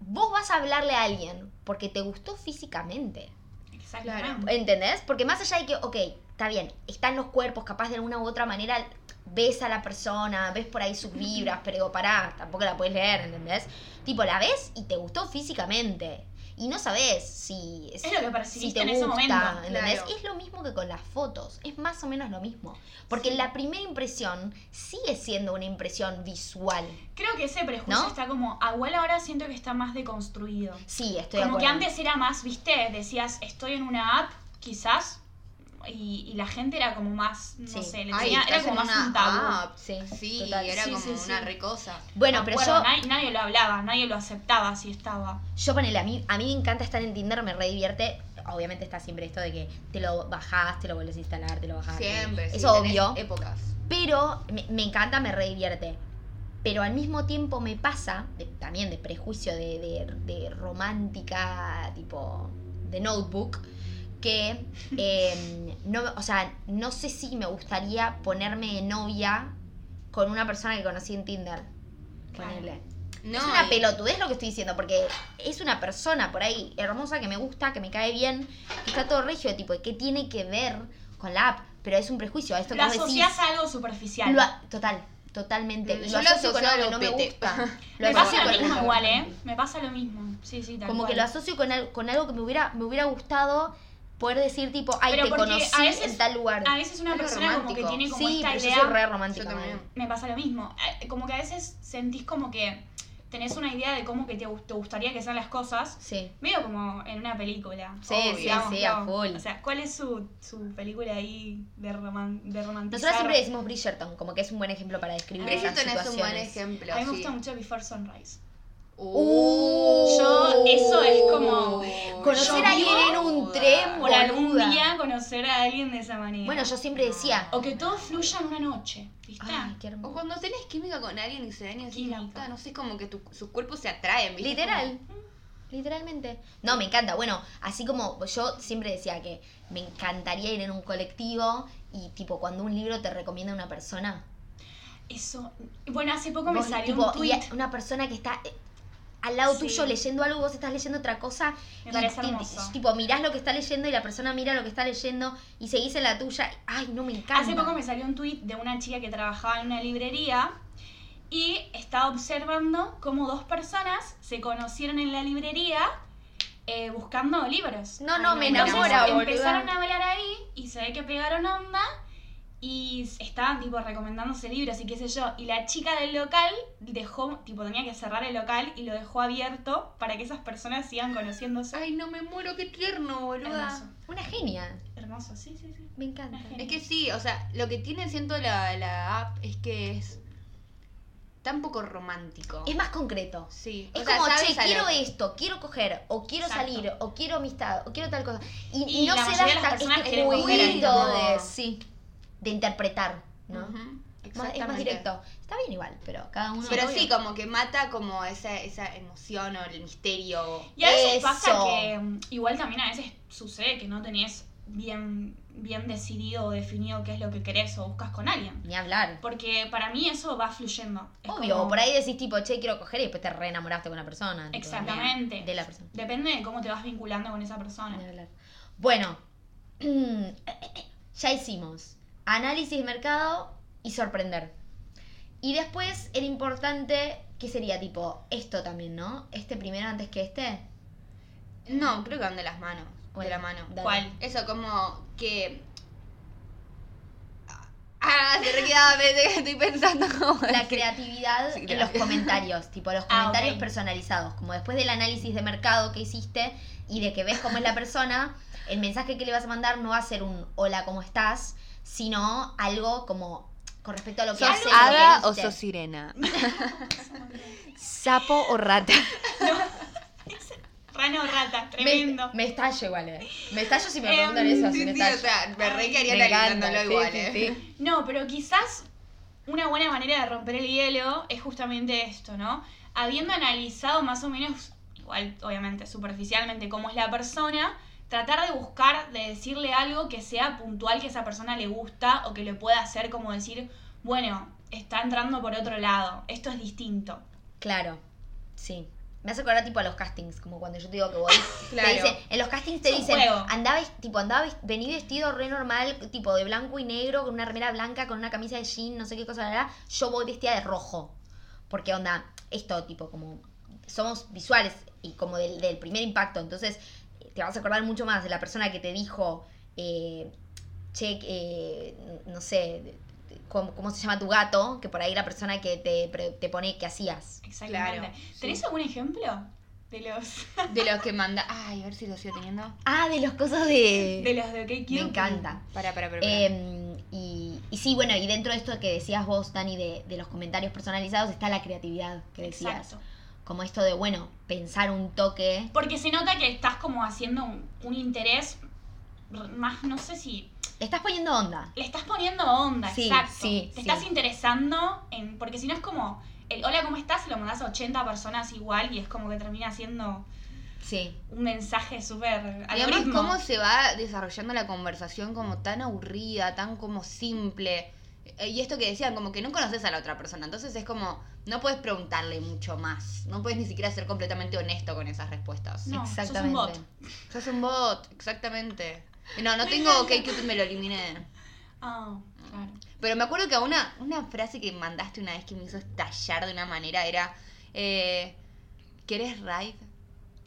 S1: vos vas a hablarle a alguien porque te gustó físicamente.
S3: Exactamente.
S1: ¿Entendés? Porque más allá de que, ok, está bien, están los cuerpos, capaz de alguna u otra manera ves a la persona, ves por ahí sus vibras, pero digo, pará, tampoco la puedes leer, ¿entendés? Tipo, la ves y te gustó físicamente. Y no sabes si,
S3: Es lo que percibiste en ese momento,
S1: ¿entendés?
S2: claro.
S1: Es lo mismo que con las fotos, es más o menos lo mismo. Porque
S3: Sí.
S1: la primera impresión sigue siendo una impresión visual.
S3: Creo que ese prejuicio
S1: ¿No?
S3: está como, ah, igual ahora siento que está más deconstruido.
S1: Sí, estoy de
S3: como que
S1: acuerdo.
S3: antes era más, viste, decías, estoy en una app, quizás, y, y la gente era como más, no
S1: Sí.
S3: sé, le
S2: Ay,
S3: tenía- era
S2: estás
S3: como
S2: en
S3: más
S2: una
S3: un tabú.
S2: app.
S1: Sí,
S2: Sí,
S1: total.
S2: era
S3: Sí,
S2: como
S3: sí, sí.
S2: una recosa.
S1: Bueno,
S3: Me
S1: pero
S3: acuerdo,
S1: yo,
S3: nadie, nadie lo hablaba, nadie lo aceptaba si estaba.
S1: yo ponele, a mí, a mí me encanta estar en Tinder, me re divierte. Obviamente está siempre esto de que te lo bajás, te lo vuelves a instalar, te lo bajás.
S2: Siempre.
S1: Es
S2: sí, tenés eh,
S1: obvio.
S2: Épocas.
S1: Pero me, me encanta, me re divierte. Pero al mismo tiempo me pasa, de- también de prejuicio, de, de- de romántica, tipo, de notebook, que eh, no, o sea, no sé si me gustaría ponerme de novia con una persona que conocí en Tinder.
S3: Claro.
S1: Ponele.
S2: No,
S1: es una
S2: y-
S1: pelotudez lo que estoy diciendo, porque es una persona por ahí hermosa que me gusta, que me cae bien, que está todo regio, tipo, ¿qué tiene que ver con la app? Pero es un prejuicio, a esto
S3: Lo
S1: que vos decís.
S3: asocias a algo superficial.
S1: Lo a- total, totalmente.
S2: Mm,
S1: Y
S2: yo
S1: lo
S2: lo
S1: asocio con
S2: asocio
S1: algo
S2: a
S1: que
S2: lo
S1: no me
S2: pete.
S1: gusta. Lo
S3: me
S2: Lo
S1: asocio
S3: pasa
S2: asocio
S3: lo
S1: con
S3: mismo
S1: algo-
S3: igual, ¿eh? Me pasa lo mismo. Sí, sí, tal
S1: Como
S3: cual.
S1: que lo asocio con algo, con algo que me hubiera, me hubiera gustado poder decir tipo, ay,
S3: Pero
S1: te
S3: porque
S1: conocí
S3: a veces-
S1: en tal lugar.
S3: A veces una
S2: Algo
S3: persona como
S2: romántico.
S3: que tiene como
S1: sí,
S3: esta
S1: pero
S3: idea.
S1: yo soy re
S2: Yo
S1: romántica.
S2: también.
S1: man.
S3: Me pasa lo mismo. Eh, Como que a veces sentís como que tenés una idea de cómo que te, gust- te gustaría que sean las cosas.
S1: Sí.
S3: Medio como en una película.
S1: Sí,
S2: Obvio,
S1: sí,
S3: digamos,
S1: sí, a
S3: ¿no?
S1: full.
S3: O sea, ¿cuál es su, su película ahí de, roman de romantizar?
S1: Nosotros siempre decimos Bridgerton, como que es un buen ejemplo para describir esas
S2: Bridgerton
S1: situaciones.
S2: es un buen ejemplo.
S3: A mí me
S2: sí.
S3: gusta mucho Before Sunrise.
S2: Uh,
S3: Yo- eso es como
S1: Conocer
S3: Yo
S1: a alguien
S3: vivo
S1: en un tren,
S3: Por algún
S1: Ah, boluda.
S3: día conocer a alguien de esa manera.
S1: Bueno, yo siempre decía,
S3: O que todo fluya en una noche, ¿viste?
S1: ay, qué hermoso.
S2: O cuando tenés química con alguien y se dan y decís,
S3: Química.
S2: la puta, no sé, como que tu- sus cuerpos se atraen, ¿viste?
S1: Literal. Literalmente. No, me encanta. Bueno, así como yo siempre decía que me encantaría ir en un colectivo y tipo cuando un libro te recomienda a una persona.
S3: Eso. Bueno, hace poco me
S1: vos,
S3: salió
S1: tipo,
S3: un
S1: y
S3: tweet.
S1: a- una persona que está eh, al lado
S3: Sí.
S1: tuyo leyendo algo, vos estás leyendo otra cosa.
S3: Me
S1: y
S3: parece
S1: ti-
S3: hermoso.
S1: tipo, mirás lo que está leyendo y la persona mira lo que está leyendo y seguís en la tuya. Ay, no me encanta.
S3: Hace poco me salió un tuit de una chica que trabajaba en una librería y estaba observando cómo dos personas se conocieron en la librería eh, buscando libros.
S1: No, no,
S2: Ay, no,
S1: me
S2: me
S1: enamora,
S2: enamora,
S1: boluda.
S3: empezaron a hablar ahí y se ve que pegaron onda y s- estaban tipo recomendándose libros y qué sé yo. Y la chica del local dejó, tipo tenía que cerrar el local y lo dejó abierto para que esas personas sigan conociéndose.
S2: Ay, no me muero, qué tierno, boluda.
S3: hermoso,
S1: Una genia.
S3: hermoso, sí, sí, sí.
S1: Me encanta.
S3: Una genia.
S2: Es que sí, o sea, lo que tiene siento la, la app es que es tan poco romántico.
S1: Es más concreto.
S2: sí.
S1: Es
S2: o sea,
S1: como,
S2: sabes
S1: che,
S2: a lo-
S1: quiero esto, quiero coger, o quiero
S3: Exacto.
S1: salir, o quiero amistad, o quiero tal cosa. Y,
S3: Y
S1: y no
S3: la
S1: se da
S3: mayoría de las
S1: esta,
S3: personas
S1: este
S3: quieren coger ahí,
S1: jueguito
S2: ¿no?
S1: de, sí, de interpretar, ¿no?
S2: Ujú,
S1: Más- es más
S2: exactamente.
S1: directo. Está bien igual, pero cada uno...
S2: Pero
S1: obvio.
S2: sí, como que mata como esa, esa emoción o el misterio.
S3: Y a veces pasa
S1: Eso.
S3: que mm, igual también a veces sucede que no tenés bien, bien decidido o definido qué es lo que querés o buscas con alguien.
S1: Ni hablar.
S3: Porque para mí eso va fluyendo. Es
S1: Obvio,
S3: como-
S1: por ahí decís tipo, che, quiero coger y después te reenamoraste con una persona. tipo,
S3: Exactamente.
S1: De la persona.
S3: Depende de cómo te vas vinculando con esa persona.
S1: Ni hablar. Bueno, ya hicimos análisis de mercado y sorprender. Y después el importante, que sería tipo esto también, ¿no? Este primero antes que este.
S2: No, creo que van de las manos.
S1: Bueno,
S2: de la mano.
S1: dale.
S3: ¿Cuál?
S2: Eso, como que. Ah, se re quedaba, pensé que estoy pensando como.
S1: La creatividad
S2: Sí,
S1: en los
S2: gracias.
S1: comentarios, tipo los
S3: Ah,
S1: comentarios
S3: ok.
S1: personalizados, como después del análisis de mercado que hiciste y de que ves cómo es la persona, el mensaje que le vas a mandar no va a ser un hola, ¿cómo estás? sino algo como con respecto a lo que hace. lo que hiciste.
S2: sirena?
S1: sapo o rata.
S3: Rana o rata,
S1: Me,
S3: tremendo.
S1: me estallo igual, eh. Me estallo si me
S3: Em,
S1: preguntan eso, si
S2: Sí,
S1: me
S2: sí,
S1: estallo.
S2: o sea, me re quedaría
S1: Me encanta,
S2: analizándolo
S1: sí,
S2: igual,
S1: sí,
S2: ¿eh?
S1: sí.
S3: No, pero quizás una buena manera de romper el hielo es justamente esto, ¿no? Habiendo analizado más o menos, igual obviamente superficialmente, cómo es la persona, tratar de buscar, de decirle algo que sea puntual, que a esa persona le gusta o que le pueda hacer como decir, bueno, está entrando por otro lado, esto es distinto.
S1: Claro, sí. Me hace acordar tipo a los castings, como cuando yo te digo que voy.
S2: Claro.
S1: Te dicen, en los castings te
S3: Es un
S1: dicen,
S3: juego.
S1: andaba, tipo, andaba, ves- vení vestido re normal, tipo de blanco y negro, con una remera blanca, con una camisa de jean, no sé qué cosa, la, la, yo voy vestida de rojo. Porque onda, esto tipo, como somos visuales y como del, del primer impacto, entonces te vas a acordar mucho más de la persona que te dijo, eh, che, eh, no sé, ¿cómo, cómo se llama tu gato, que por ahí la persona que te, pre- te pone que hacías.
S3: Exactamente.
S2: Claro,
S3: ¿Tenés
S2: sí.
S3: algún ejemplo? de los
S2: De los que manda. Ay, a ver si lo sigo teniendo.
S1: Ah, de los cosas
S3: de los de OK
S1: Eh, Me
S3: Cupid.
S1: encanta.
S2: Para, para, para.
S1: Eh, y, y sí, bueno, y dentro de esto que decías vos, Dani, de, de los comentarios personalizados, está la creatividad que decías.
S3: Exacto.
S1: Como esto de, bueno, pensar un toque.
S3: Porque se nota que estás como haciendo un, un interés r- más, no sé si.
S1: Le estás poniendo onda.
S3: Le estás poniendo onda,
S1: Sí,
S3: exacto.
S1: sí,
S3: Te
S1: sí.
S3: estás interesando en. Porque si no es como. El hola, ¿cómo estás? Se lo mandás a 80 personas igual y es como que termina siendo
S1: Sí.
S3: un mensaje súper
S2: Y además
S3: algoritmo.
S2: cómo se va desarrollando la conversación como tan aburrida, tan como simple. Eh, Y esto que decían, como que no conoces a la otra persona. Entonces es como, no puedes preguntarle mucho más. No puedes ni siquiera ser completamente honesto con esas respuestas.
S3: No, sos un
S1: exactamente.
S3: bot.
S2: Sos un bot, exactamente. No, no
S3: Me
S2: tengo
S3: encanta.
S2: OK Cupid, me lo eliminé.
S3: Ah, claro.
S2: Pero me acuerdo que una, una frase que mandaste una vez que me hizo estallar de una manera era, eh, ¿querés ride?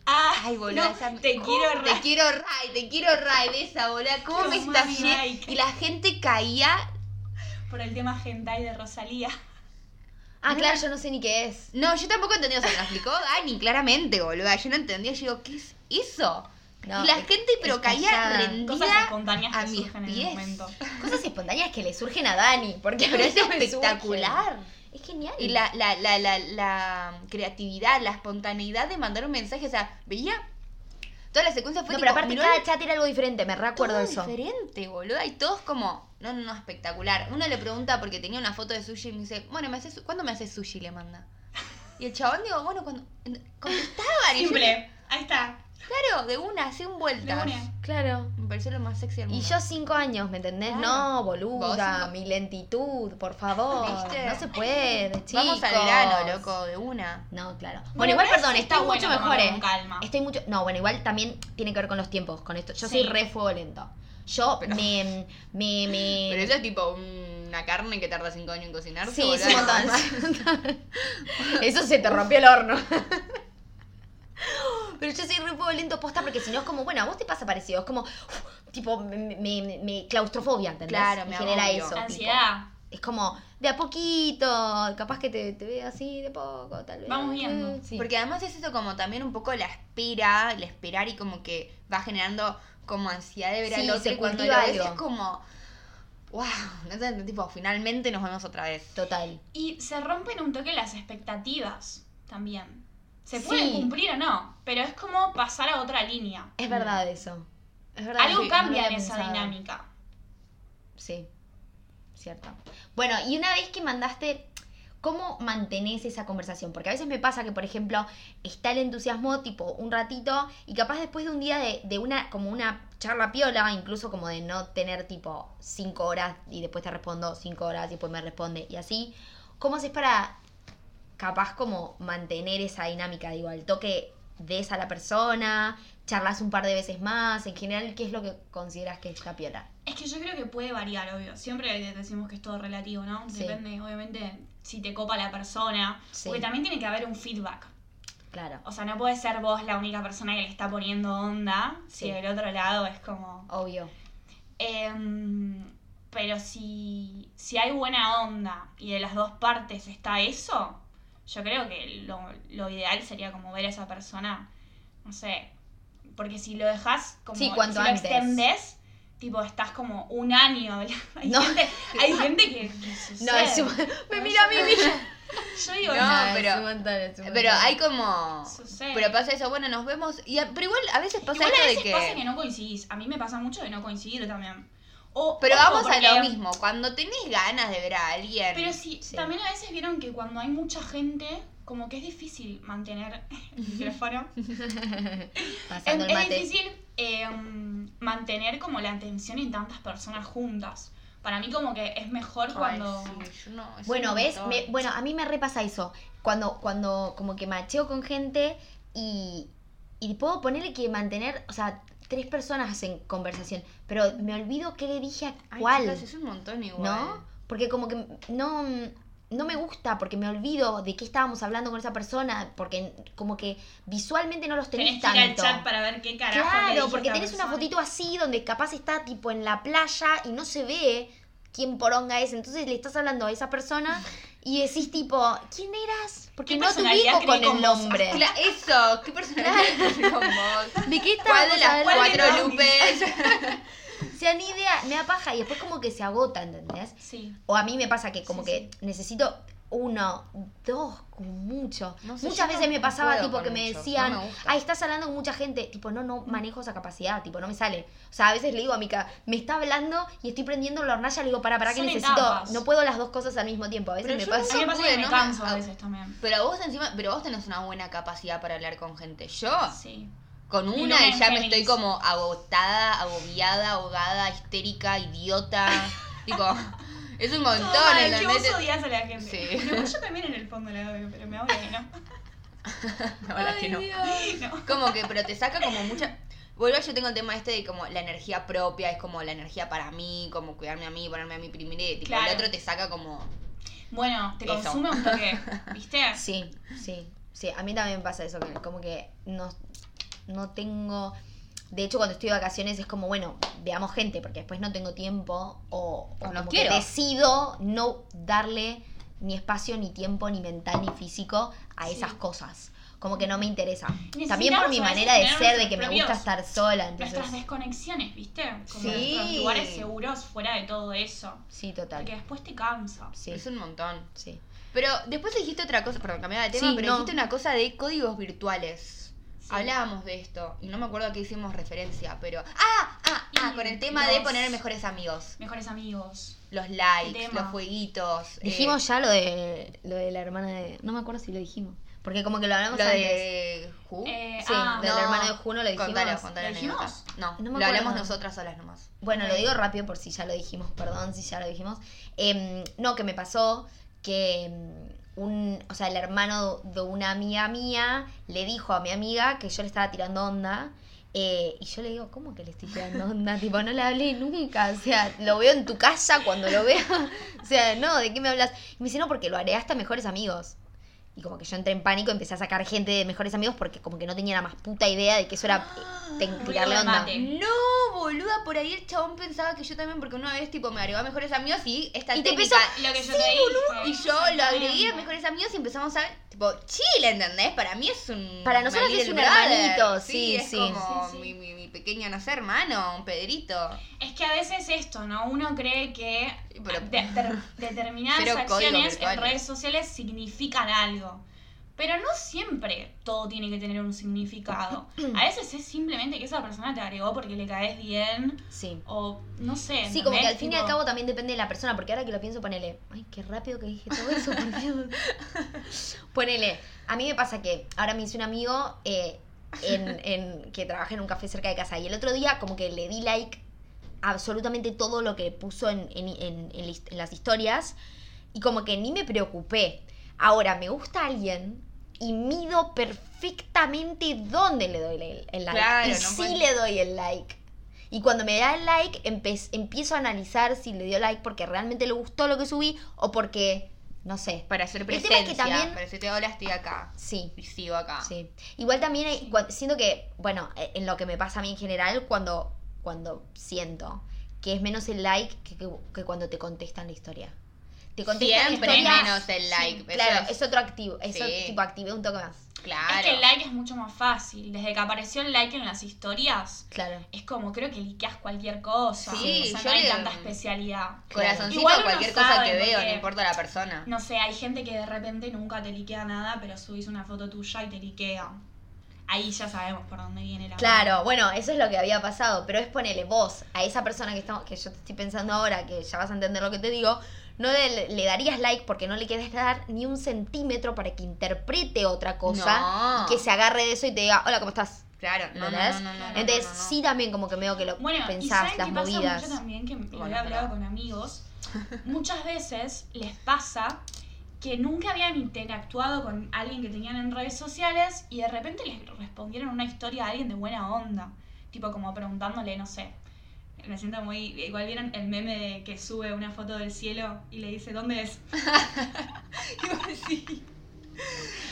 S3: Ah,
S2: Ay, boluda,
S3: no,
S2: esa me-
S3: te quiero
S2: Te
S3: re-
S2: quiero ride, te quiero ride esa, boluda. ¿Cómo
S3: Pero
S2: me
S3: mami,
S2: estallé?
S3: like.
S2: Y la gente caía.
S3: por el tema hentai de Rosalía.
S1: Ah, claro, yo no sé ni qué es.
S2: No, yo tampoco entendí, o sea, me lo explicó Dani, claramente, boluda. Yo no entendía, yo digo, ¿qué es eso?
S1: No,
S2: y la
S1: es-
S2: gente, pero caía
S1: estallada.
S3: Cosas
S2: rendida.
S3: espontáneas
S2: a
S3: que
S2: mis
S3: surgen en
S2: pies.
S3: el momento.
S1: Cosas espontáneas que le surgen a Dani. Porque a
S2: Pero
S1: mí
S2: es
S1: no me
S2: espectacular.
S1: surgen. Es genial.
S2: Y la, la, la, la, la creatividad, la espontaneidad de mandar un mensaje, o sea, veía. Toda la secuencia fue
S1: No,
S2: tipo,
S1: pero aparte
S2: miró
S1: cada
S2: el-
S1: chat era algo diferente, me recuerdo
S2: todo
S1: eso.
S2: diferente, boludo. Y todos como, no, no, no, espectacular. Uno le pregunta porque tenía una foto de sushi y me dice, bueno, me haces su- ¿cuándo me haces sushi? Le manda. Y el chabón digo, bueno, cuando contestaban. y yo,
S3: Simple. Ahí está.
S2: claro, de una, hace un vueltas.
S3: De una.
S1: Claro.
S2: Me pareció lo más sexy del
S1: Y
S2: mundo.
S1: yo cinco años, ¿me entendés?
S2: Claro.
S1: No,
S2: Vos
S1: boluda,
S2: cinco.
S1: mi lentitud, por favor.
S2: ¿Viste?
S1: No se puede, chicos.
S2: Vamos al grano, loco, de una.
S1: No, claro. Bueno,
S3: Bueno,
S1: igual,
S3: pero
S1: perdón,
S3: sí está
S1: estoy mucho
S3: bueno
S1: mejor,
S3: tomarlo
S1: eh.
S3: con calma.
S1: Estoy mucho... No, bueno, igual también tiene que ver con los tiempos, con esto. Yo soy
S3: Sí.
S1: re fuego lento. Yo
S2: Pero-
S1: me... me, me...
S2: Pero eso es tipo una carne que tarda cinco años en cocinarse.
S1: Eh, Sí,
S2: boluda.
S1: es un montón. Eso se te rompió el horno. Pero yo soy re fuego lento posta porque si no es como, bueno, a vos te pasa parecido. Es como, uf, tipo, me, me- me- me- claustrofobia, ¿entendés?
S2: Claro, me
S1: genera
S2: agobio.
S1: eso. tipo.
S3: Ansiedad.
S1: Es como, de a poquito, capaz que te, te vea así de poco, tal vez. Eh,
S3: Vamos viendo.
S1: Sí.
S2: Porque además es eso como también un poco la espera, el esperar y como que va generando como ansiedad de ver
S1: Sí,
S2: al otro
S1: se
S2: y cuando lo
S1: cultiva
S2: ves
S1: algo.
S2: es como, wow, no sé, tipo, finalmente nos vemos otra vez.
S1: Total.
S3: Y se rompen un toque las expectativas también. Se
S1: Sí.
S3: pueden cumplir o no, pero es como pasar a otra línea.
S2: Mm.
S1: Es verdad eso. Es verdad.
S3: Algo
S1: sí, no lo
S3: cambia en
S1: había
S3: esa
S1: pensado.
S3: dinámica.
S1: Sí, cierto. Bueno, y una vez que mandaste, ¿cómo mantenés esa conversación? Porque a veces me pasa que, por ejemplo, está el entusiasmo tipo un ratito y capaz después de un día de, de una, como una charla piola, incluso como de no tener tipo cinco horas y después te respondo cinco horas y después me responde y así, ¿cómo haces para capaz como mantener esa dinámica? Digo, el toque des a la persona, charlas un par de veces más, en general, ¿qué es lo que consideras que está piola?
S3: Es que yo creo que puede variar, obvio. Siempre decimos que es todo relativo, ¿no?
S1: Sí.
S3: Depende, obviamente, si te copa la persona.
S1: Sí.
S3: Porque también tiene que haber un feedback.
S1: Claro.
S3: O sea, no puede ser vos la única persona que le está poniendo onda
S1: Sí.
S3: si del otro lado es como.
S1: Obvio.
S3: Em, pero si, si hay buena onda y de las dos partes está eso, yo creo que lo, lo ideal sería como ver a esa persona, no sé, porque si lo dejas como
S1: Sí, cuanto
S3: si lo
S1: antes.
S3: extendés, tipo estás como un año. de la- Hay,
S1: No.
S3: gente, hay gente que, que sucede.
S1: No, es un... me mira a mí misma.
S3: Yo digo,
S2: No,
S3: no,
S2: pero-
S1: es un montón, es un
S2: Pero
S1: montón.
S2: hay como...
S3: sucede.
S2: Pero pasa eso, bueno, nos vemos. Y, a- pero igual a veces pasa
S3: Igual
S2: esto
S3: a
S2: de
S3: veces
S2: que...
S3: pasa que no coincidís. A mí me pasa mucho de no coincidir también. O,
S2: Pero
S3: ojo,
S2: vamos a lo
S3: porque-
S2: mismo, cuando tenés ganas de ver a alguien...
S3: Pero sí,
S1: Sí.
S3: también a veces vieron que cuando hay mucha gente, como que es difícil mantener el micrófono. Es- es,
S1: Pasando el mate.
S3: difícil eh, mantener como la atención en tantas personas juntas. Para mí como que es mejor
S2: Ay,
S3: cuando...
S2: sí, yo no, es
S1: Bueno,
S2: un
S1: ¿ves?
S2: montón.
S1: Me- bueno, a mí me repasa eso. Cuando, cuando como que macheo con gente y, y puedo ponerle que mantener, o sea, tres personas en conversación, pero me olvido qué le dije a
S2: Ay,
S1: cuál,
S2: chicas, es un montón igual.
S1: ¿no? Porque como que no, no me gusta, porque me olvido de qué estábamos hablando con esa persona, porque como que visualmente no los tenés,
S3: Tenés que ir al
S1: tanto.
S3: chat para ver qué carajo. le
S1: Claro,
S3: dijo
S1: porque
S3: esta
S1: tenés una
S3: persona.
S1: fotito así donde capaz está tipo en la playa y no se ve. quién poronga es. Entonces le estás hablando a esa persona y decís tipo, ¿quién eras? Porque
S3: ¿Qué
S1: no te
S3: personalidad
S1: ubico con
S3: creí
S1: el
S3: con vos?
S1: nombre.
S2: Cla- eso, ¿qué personaje con vos?
S1: ¿De qué
S2: ¿Cuál de
S1: estábamos
S2: las
S1: hablando?
S2: cuatro
S3: ¿Cuál de
S2: Lupes?
S1: O sea, ni idea, me da paja y después como que se agota, ¿entendés?
S3: Sí.
S1: O a mí me pasa que como
S3: Sí,
S1: que necesito uno, dos, como mucho.
S2: No sé,
S1: Muchas
S2: yo no-
S1: veces me
S2: no
S1: pasaba
S2: puedo
S1: tipo que
S2: con
S1: me
S2: mucho,
S1: decían,
S2: no me gusta.
S1: ay, estás hablando con mucha gente. Tipo, no, no manejo esa capacidad, tipo, no me sale. O sea, a veces le digo a Mica, me está hablando y estoy prendiendo la hornalla, le digo, para, para, que
S3: Son
S1: necesito,
S3: etapas.
S1: no puedo las dos cosas al mismo tiempo. A veces
S2: Pero
S1: me
S2: yo
S1: pasa.
S3: A mí me pasa
S2: pude,
S3: que
S2: ¿no?
S3: me canso
S2: Ah.
S3: a veces también.
S2: Pero vos encima, pero vos tenés una buena capacidad para hablar con gente. Yo,
S3: Sí.
S2: con
S3: Y
S2: una
S3: no
S2: y
S3: me
S2: ya me
S3: enfermes.
S2: estoy como agotada, agobiada, ahogada, histérica, idiota. tipo, es un montón,
S3: Ay, que
S2: ¿entendés?
S3: vos odias a la gente.
S2: Sí.
S3: No, yo también en el fondo la odio, pero me odio que no.
S2: No, la que no.
S3: No.
S2: Como que, pero te saca como mucha. Vuelvo, yo tengo el tema este de como la energía propia, es como la energía para mí, como cuidarme a mí, ponerme a mí primero. y Tipo,
S3: Claro.
S2: el otro te saca como.
S3: Bueno, te
S2: Eso.
S3: consume un toque, ¿viste?
S1: Sí, sí, sí. A mí también me pasa eso, que como que no, no tengo... De hecho, cuando estoy de vacaciones es como, bueno, veamos gente, porque después no tengo tiempo o, o
S2: O no
S1: como
S2: quiero.
S1: que decido no darle ni espacio, ni tiempo, ni mental, ni físico a esas
S3: Sí.
S1: cosas. Como que no me interesa. También
S3: Necesitamos
S1: por mi
S3: a veces
S1: manera de
S3: tener
S1: ser, de
S3: nuestros
S1: que me
S3: propios-
S1: gusta estar sola. Entonces,
S3: Nuestras desconexiones, ¿viste? Como
S1: Sí.
S3: nuestros lugares seguros fuera de todo eso.
S1: sí, total.
S3: Porque después te cansa.
S1: Sí,
S2: Es un montón.
S1: sí.
S2: Pero después dijiste otra cosa, perdón, cambiaba de tema,
S1: Sí,
S2: pero
S1: no.
S2: dijiste una cosa de códigos virtuales.
S3: Sí.
S2: Hablábamos de esto y no me acuerdo a qué hicimos referencia, pero. ¡Ah! ¡Ah! ¡Ah!
S3: Y
S2: Con el tema de
S3: los-
S2: poner mejores amigos.
S3: Mejores amigos.
S2: Los likes,
S3: Tema.
S2: los jueguitos. eh,
S1: Dijimos ya lo de, lo de la hermana de... No me acuerdo si lo dijimos. Porque como que lo hablamos
S2: lo
S1: antes.
S2: de. ¿Ju?
S3: Eh,
S1: Sí,
S3: ah,
S1: de
S2: no.
S1: la hermana de Juno lo dijimos.
S2: Contalo, contalo
S3: ¿Lo
S2: la anécdota.
S3: dijimos?
S2: No,
S1: No me
S2: lo
S1: acuerdo.
S2: hablamos nosotras solas nomás.
S1: Bueno,
S3: Ok.
S1: lo digo rápido por si ya lo dijimos, perdón si ya lo dijimos. Em, no, que me pasó que em, un, o sea, el hermano de una amiga mía le dijo a mi amiga que yo le estaba tirando onda. eh, y yo le digo, ¿cómo que le estoy tirando onda? tipo, no le hablé nunca. O sea, lo veo en tu casa cuando lo veo. o sea, no, ¿de qué me hablas? Y me dice, no, porque lo haré hasta mejores amigos. Y como que yo entré en pánico, empecé a sacar gente de mejores amigos porque como que no tenía la más puta idea de que eso era eh, te- tirarle onda.
S3: Ah, mate.
S2: No, boluda, por ahí el chabón pensaba que yo también, porque una vez tipo me agregó a mejores amigos y esta
S1: Y te
S2: técnica.
S3: Lo que
S2: Sí,
S3: yo te dije.
S2: Y yo lo agregué a
S3: Exactamente.
S2: mejores amigos y empezamos a. Tipo, chile, ¿entendés? Para mí es un.
S1: Para nosotros
S2: my
S1: es un
S2: little brother.
S1: hermanito, sí,
S2: es
S1: sí.
S2: como
S3: Sí, sí.
S2: Mi, mi, mi pequeño, no sé, hermano, un Pedrito.
S3: Es que a veces esto, ¿no? Uno cree que
S2: Pero-
S3: Ah, de- de- determinadas
S2: Cero códigos
S3: acciones en
S2: virtuales.
S3: redes sociales significan algo. Pero no siempre todo tiene que tener un significado. A veces es simplemente que esa persona te agregó porque le caes bien
S1: Sí.
S3: o no sé.
S1: Sí, como que
S3: ¿entendés?
S1: al fin y al
S3: Tipo,
S1: cabo también depende de la persona, porque ahora que lo pienso, ponele, ay, qué rápido que dije todo eso, por Dios. Ponele, a mí me pasa que ahora me hice un amigo eh, en, en- que trabaja en un café cerca de casa y el otro día como que le di like a absolutamente todo lo que puso en, en- en- en la his- en las historias y como que ni me preocupé. Ahora, me gusta alguien y mido perfectamente dónde le doy el, el like.
S2: Claro,
S1: y
S2: no
S1: sí
S2: puedes-
S1: le doy el like. Y cuando me da el like, empe- empiezo a analizar si le dio like porque realmente le gustó lo que subí o porque, no sé,
S2: Para hacer
S1: tema es que
S2: presencia.
S1: también-
S2: Para decirte, hola, estoy acá.
S1: sí.
S2: Y sigo acá.
S1: Sí. Igual también hay- cua- siento que, bueno, eh, en lo que me pasa a mí en general, cuando, cuando siento que es menos el like que, que- que cuando te contestan la historia. Te contestan
S2: Siempre
S1: la
S2: es
S1: historia.
S2: menos el like. eso
S1: claro,
S2: es-
S1: es, otro activo. Es
S2: Sí.
S1: otro- tipo activé un toque más.
S2: claro.
S3: Es que el like es mucho más fácil. Desde que apareció el like en las historias,
S1: Claro.
S3: es como creo que liqueas cualquier cosa.
S2: Sí,
S3: o sea,
S2: yo
S3: no hay
S2: le-
S3: tanta especialidad.
S2: Corazoncito,
S3: Igual uno
S2: cualquier cosa
S3: sabe,
S2: que veo, no
S3: porque-
S2: importa la persona.
S3: No sé, hay gente que de repente nunca te liquea nada, pero subís una foto tuya y te liquea. Ahí ya sabemos por dónde viene la.
S1: Claro, bueno, eso es lo que había pasado, pero es ponerle vos a esa persona que, estamos, que yo te estoy pensando ahora, que ya vas a entender lo que te digo, no le, le darías like porque no le quieres dar ni un centímetro para que interprete otra cosa
S2: No.
S1: y que se agarre de eso y te diga, hola, ¿cómo estás?
S2: Claro, no, no,
S1: ¿Entendés?
S2: no, no, no, no,
S1: Entonces,
S2: no, no.
S1: sí también como que medio que lo
S3: Bueno, ¿y saben
S1: pensás,
S3: qué
S1: las
S3: pasa
S1: movidas.
S3: mucho también? Que lo
S2: Bueno,
S3: he hablado
S2: pero-
S3: con amigos. Muchas veces les pasa que nunca habían interactuado con alguien que tenían en redes sociales y de repente les respondieron una historia a alguien de buena onda. Tipo como preguntándole, no sé. Me siento muy. Igual vieron el meme de que sube una foto del cielo y le dice, ¿dónde es?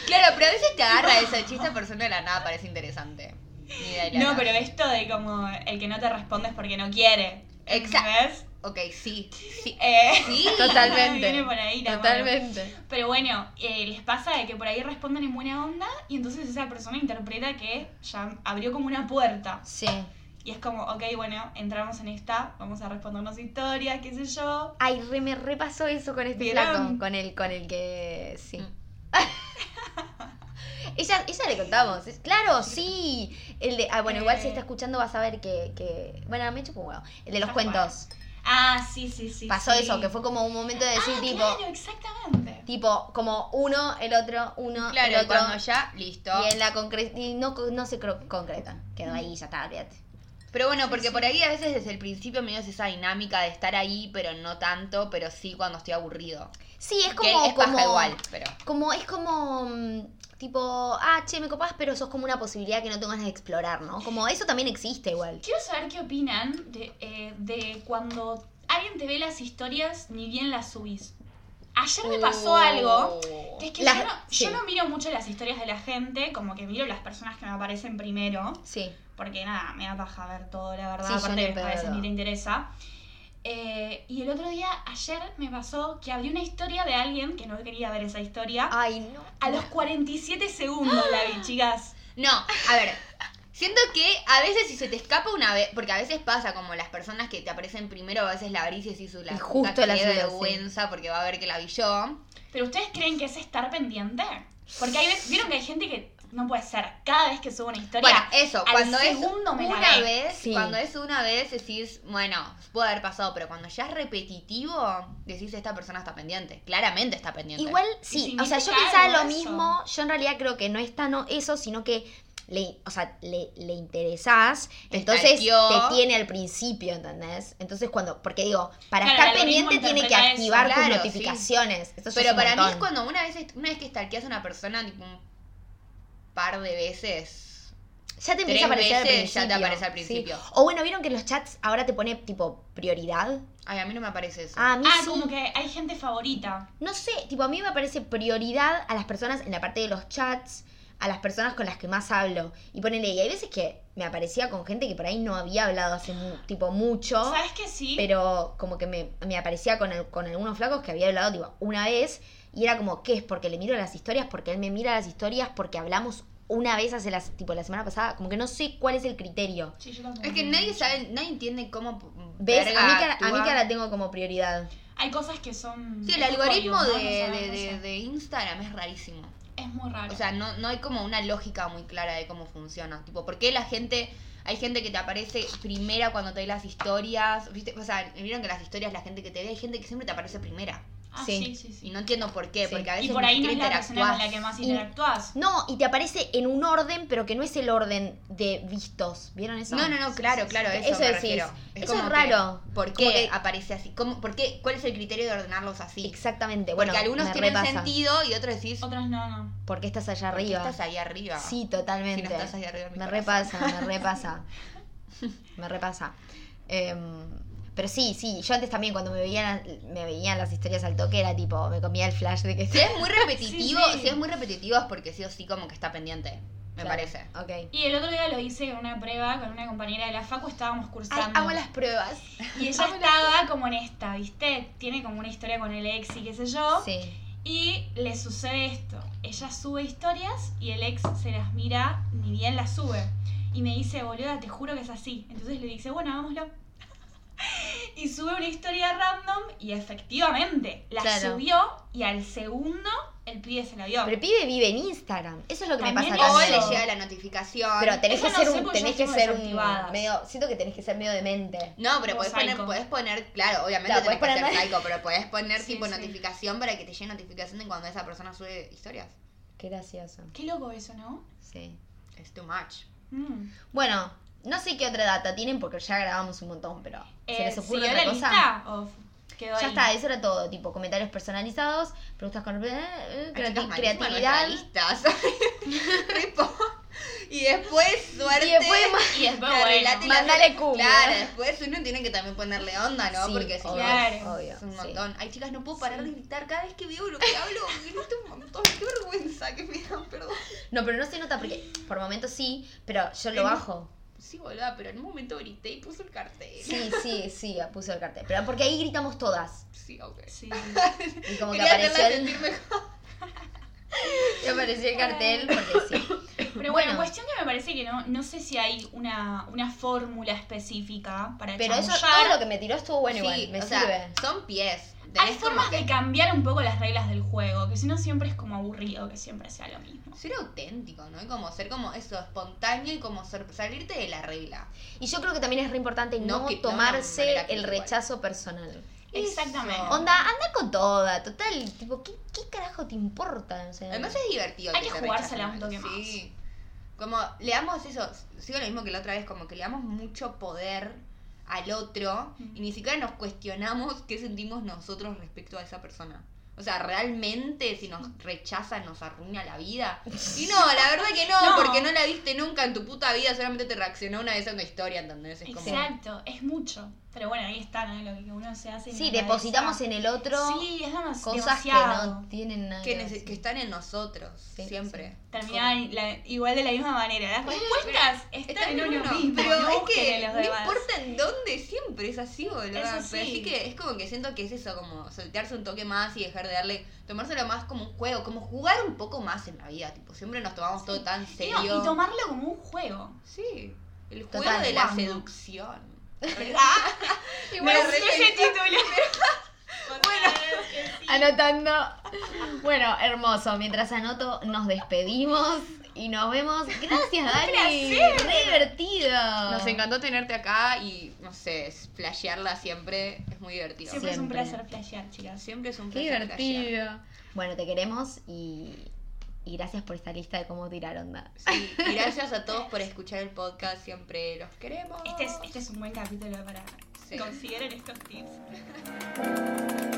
S2: Claro, pero a veces te agarra eso, el chiste persona de la nada parece interesante. Ni de la
S3: No,
S2: nada.
S3: pero esto de como el que no te responde es porque no quiere.
S2: Exacto.
S3: ¿Entendés?
S2: Ok, sí. Sí.
S3: Eh,
S2: Sí.
S3: viene
S4: Totalmente.
S3: por ahí la mano.
S4: Totalmente.
S3: Pero bueno, eh, les pasa de que por ahí responden en buena onda y entonces esa persona interpreta que ya abrió como una puerta.
S1: Sí.
S3: Y es como, ok, bueno, entramos en esta, vamos a respondernos historias, qué sé yo.
S1: Ay, re, me repasó eso con este
S3: ¿Vieron?
S1: flaco, con el, con el que. sí. ella, ella le contamos. es- claro, sí. El de. Ah, bueno, igual si
S3: Eh.
S1: está escuchando vas a ver que. que- bueno, me he hecho huevo. El de los
S3: Ah,
S1: cuentos.
S3: Ah, sí, sí, sí.
S1: Pasó
S3: sí.
S1: eso, que fue como un momento de decir
S3: Ah,
S1: tipo.
S3: Claro, exactamente.
S1: Tipo, como uno, el otro, uno,
S2: Claro,
S1: el
S2: y
S1: otro.
S2: cuando ya, listo.
S1: Y en la concre- y no, co- no se cro- concreta. Quedó ahí, ya está, olvídate.
S2: Pero bueno, porque por ahí a veces desde el principio me dio esa dinámica de estar ahí, pero no tanto, pero sí cuando estoy aburrido.
S1: Sí, es
S2: Que
S1: como.
S2: es paja
S1: como
S2: igual, pero.
S1: Como, es como. mm, Tipo, ah, che, me copás, pero sos como una posibilidad que no tengo ganas de explorar, ¿no? Como eso también existe igual.
S3: Quiero saber qué opinan de, eh, de cuando alguien te ve las historias ni bien las subís. Ayer me pasó algo.
S2: Oh.
S3: Que es que
S1: Oh. Las-
S3: yo, no, yo
S1: sí.
S3: no miro mucho las historias de la gente, como que miro las personas que me aparecen primero,
S1: Sí.
S3: porque nada, me da paja ver todo, la verdad,
S1: Sí, yo ni
S3: aparte
S1: en
S3: a veces
S1: pedo.
S3: ni te interesa. Eh, y el otro día, ayer, me pasó que abrí una historia de alguien que no quería ver esa historia.
S2: Ah.
S1: Ay, no.
S3: A los 47 segundos la vi, chicas.
S2: No, a ver. Siento que a veces si se te escapa una vez, porque a veces pasa como las personas que te aparecen primero, a veces la abrís y decís, "Uy, la
S1: Y
S2: puta
S1: justo
S2: que
S1: la
S2: de
S1: subí, sí.
S2: vergüenza porque va a ver que la vi yo.
S3: Pero ustedes creen que es estar pendiente? Porque hay veces, vieron que hay gente que no puede ser. Cada vez que subo una historia,
S2: Bueno, eso,
S3: al
S2: cuando es
S3: segundo me la
S2: una
S3: ve.
S2: vez,
S1: Sí.
S2: cuando es una vez decís, bueno, puede haber pasado, pero cuando ya es repetitivo, decís esta persona está pendiente. Claramente está pendiente.
S1: Igual
S3: Y
S1: sí,
S3: si
S1: o sea, yo
S3: significa
S1: pensaba
S3: algo
S1: lo
S3: eso.
S1: mismo, yo en realidad creo que no está no eso, sino que le, o sea, le, le interesás,
S2: Te
S1: entonces
S2: stalkeó.
S1: te tiene al principio, ¿entendés? Entonces cuando, porque digo, para
S3: Claro, el
S1: estar
S3: algoritmo
S1: pendiente tiene que
S3: interpreta eso,
S1: activar tus
S2: claro, sí.
S1: notificaciones. Esto ya
S2: Pero
S1: un
S2: para mí es
S1: montón.
S2: cuando una vez, una vez que stalkeas a una persona, tipo un par de veces,
S1: ya te
S2: tres
S1: empieza a aparecer al
S2: veces
S1: principio.
S2: ya te aparece al
S1: sí.
S2: principio.
S1: O bueno, vieron que en los chats ahora te pone tipo prioridad.
S2: Ay, a mí no me aparece eso.
S1: Ah, a mí
S3: Ah,
S1: sí.
S3: como que hay gente favorita.
S1: No sé, tipo, a mí me parece prioridad a las personas en la parte de los chats, a las personas con las que más hablo. Y ponele, y hay veces que me aparecía con gente que por ahí no había hablado hace mu- tipo mucho,
S3: ¿Sabes que sí?
S1: pero como que me, me aparecía con, al- con algunos flacos que había hablado tipo, una vez y era como, ¿qué es? Porque le miro las historias, porque él me mira las historias, porque hablamos una vez hace las, tipo, la semana pasada, como que no sé cuál es el criterio.
S3: Sí, yo tampoco.
S2: es que nadie sabe, nadie entiende cómo.
S1: ¿Ves?
S2: verga
S1: A mí, que, a mí
S2: actúa.
S1: que la tengo como prioridad.
S3: Hay cosas que son.
S2: Sí, el
S3: es
S2: algoritmo
S3: código,
S2: de,
S3: ¿no? No
S2: de-
S3: sabemos
S2: de-
S3: eso.
S2: de Instagram es rarísimo.
S3: Es muy raro.
S2: O sea, no, no hay como una lógica muy clara de cómo funciona. Tipo, ¿por qué la gente, hay gente que te aparece primera cuando te ve las historias? ¿Viste? O sea, vieron que las historias, la gente que te ve, hay gente que siempre te aparece primera.
S3: ah,
S1: sí.
S3: sí, sí, sí.
S2: Y no entiendo por qué,
S1: Sí.
S2: porque a veces
S3: Y por
S2: ni
S3: ahí no es
S2: siquiera
S3: la persona con la que
S2: interactúas.
S3: más
S1: Y-
S3: interactúas.
S1: No, y te aparece en un orden, pero que no es el orden de vistos. ¿Vieron eso?
S2: No, no, no, claro, claro,
S1: sí.
S2: eso,
S1: Eso
S2: me
S1: decís.
S2: refiero.
S1: Eso es
S2: como
S1: raro.
S2: que, ¿Por
S1: Como
S2: qué
S1: que-
S2: aparece así? ¿Cómo, por qué, ¿Cuál es el criterio de ordenarlos así?
S1: Exactamente.
S2: Porque
S1: Bueno,
S2: algunos
S1: me
S2: tienen
S1: repasa.
S2: sentido y otros decís,
S3: Otras no, no.
S1: ¿Por qué estás allá
S2: ¿por qué
S1: arriba?
S2: estás ahí arriba?
S1: Sí, totalmente.
S2: Si no estás ahí arriba en mi
S1: me
S2: corazón.
S1: repasa, me repasa. me repasa. Em, pero sí, sí, yo antes también cuando me veían, me veían las historias al toque era tipo, me comía el flash de que
S2: Si es muy repetitivo,
S3: Sí, sí.
S2: si es muy repetitivo es porque sí o sí como que está pendiente, me
S1: Claro,
S2: parece.
S1: Ok.
S3: Y el otro día lo hice en una prueba con una compañera de la Facu, estábamos
S1: Ay,
S3: cursando.
S1: amo las pruebas.
S3: Y ella estaba como en esta, ¿viste? Tiene como una historia con el ex y qué sé yo.
S1: Sí.
S3: Y le sucede esto. Ella sube historias y el ex se las mira, ni bien las sube. Y me dice, boluda, te juro que es así. Entonces le dice, bueno, hagámoslo. Y sube una historia random y efectivamente la
S1: Claro.
S3: subió y al segundo el pibe se la vio.
S1: Pero el pibe vive en Instagram. Eso es lo que me
S3: También
S1: pasa
S2: O
S3: Hoy
S1: también.
S2: le llega la notificación.
S1: Pero tenés
S3: Eso
S1: que
S3: no
S1: ser
S3: sé
S1: un,
S3: porque yo
S1: tenés que
S3: las
S1: ser
S3: tengo
S1: un
S3: desactivadas.
S1: medio, siento que tenés que ser medio demente.
S2: No, pero
S3: Como
S2: podés poner,
S3: psycho.
S2: podés poner, claro, obviamente
S1: Claro,
S2: tenés
S1: podés
S2: que
S1: poner-
S2: ser psycho, pero podés poner
S3: Sí,
S2: tipo
S3: sí.
S2: notificación para que te llegue notificación de cuando esa persona sube historias.
S1: Qué gracioso.
S3: Qué loco eso, ¿no?
S1: Sí.
S2: Es too much.
S3: Mm.
S1: Bueno, no sé qué otra data tienen porque ya grabamos un montón, pero ¿se
S3: Eh,
S1: les ocurre
S3: ¿siguió
S1: otra
S3: la
S1: cosa?
S3: lista o f- quedó
S1: Ya
S3: ahí?
S1: está, eso era todo, tipo comentarios personalizados, preguntas con eh, eh,
S2: Ay,
S1: creati-
S2: chicas, malísimas
S1: creatividad.
S2: nuestras listas. Tipo, y después suerte.
S1: Y después ma-
S3: Y después,
S2: la
S3: bueno,
S2: relata y la-
S1: mandale cumbia.
S2: Claro, después uno tiene que también ponerle onda, ¿no?
S1: Sí,
S2: Porque si
S1: obvio,
S2: no,
S3: Claro.
S1: obvio,
S2: es un
S1: sí.
S2: montón. Ay, chicas, no puedo parar de gritar cada vez que veo lo que hablo. Grito un montón. Qué vergüenza que me dan, perdón.
S1: No, pero no se nota porque por momentos sí, pero yo lo bajo.
S2: sí, boluda, pero en un momento grité y puse el cartel.
S1: Sí, sí, sí, puse el cartel. Pero porque ahí gritamos todas.
S2: Sí, ok.
S3: Sí.
S1: Y como que
S2: Quería
S1: apareció
S2: hacerla
S1: el,
S2: sentir mejor.
S1: que apareció el cartel, porque sí.
S3: Pero bueno,
S1: Bueno.
S3: cuestión que me parece que no, no sé si hay una, una fórmula específica para
S1: Pero eso,
S3: chamullar.
S1: todo lo que me tiró estuvo bueno
S2: Sí,
S1: igual, me
S2: o
S1: sirve.
S2: sea, son pies.
S3: Hay
S2: Tenés como
S3: formas
S2: que
S3: de cambiar un poco las reglas del juego, que si no siempre es como aburrido que siempre sea lo mismo.
S2: Ser auténtico, ¿no? Y como ser como eso, espontáneo y como sor- salirte de la regla.
S1: Y yo creo que también es re importante
S2: No
S1: no,
S2: que- no, no,
S1: tomarse
S2: manera que
S1: el
S2: igual.
S1: rechazo personal.
S3: Exactamente.
S2: Eso.
S1: Onda, anda con toda, total, tipo, ¿qué, qué carajo te importa? O sea,
S2: Además es divertido.
S3: Hay que
S2: te
S3: jugársela
S2: rechacen,
S3: un toque
S2: sí. Como le damos eso, sigo lo mismo que la otra vez, como que le damos mucho poder al otro
S3: Mm.
S2: y ni siquiera nos cuestionamos qué sentimos nosotros respecto a esa persona. O sea, realmente si nos rechaza nos arruina la vida. Y no, la verdad que no,
S3: No.
S2: porque no la viste nunca en tu puta vida, solamente te reaccionó una vez a una historia, ¿entendés? Es como...
S3: Exacto, es mucho. Pero bueno, ahí está, ¿no? Lo que uno se hace. y
S1: sí,
S3: no
S1: depositamos
S3: realiza.
S1: en el otro
S3: Sí, es demas-
S1: cosas que
S3: demasiado.
S1: no tienen nada
S2: que,
S1: ver,
S2: nece-
S1: sí.
S2: que están en nosotros,
S1: Sí,
S2: siempre.
S3: Terminaba en la- igual de la misma manera. Las respuestas están,
S2: Está
S3: en
S2: en
S3: uno
S2: uno,
S3: mismo.
S2: pero
S3: no
S2: es
S3: busquen
S2: que
S3: en los
S2: no
S3: demás.
S2: importa en dónde, siempre es así, boludo.
S3: Eso
S2: Pero así
S3: sí.
S2: que es como que siento que es eso, como soltarse un toque más y dejar de darle, tomárselo más como un juego, como jugar un poco más en la vida, tipo, siempre nos tomamos todo tan
S3: Y
S2: serio.
S3: no, y tomarlo como un juego.
S2: Sí, el juego
S1: Total,
S2: de la
S1: guau.
S2: seducción.
S3: ¿Verdad?
S2: Igual
S3: Me
S2: re-
S3: Ah, ese título. bueno,
S1: Anotando. Bueno, hermoso. Mientras anoto, nos despedimos y nos vemos. Gracias, Dani.
S3: placer.
S1: Re divertido.
S2: Nos encantó tenerte acá y, no sé, flashearla siempre es muy divertido.
S3: siempre es un
S1: siempre.
S3: placer flashear, chicas.
S2: Siempre es un
S1: Qué
S2: placer flashear.
S1: divertido. Bueno, te queremos y, y gracias por esta lista de cómo tirar onda.
S2: Sí, y gracias a todos por escuchar el podcast, siempre los queremos.
S3: Este es, este es un buen capítulo para
S2: Sí.
S3: considerar estos tips.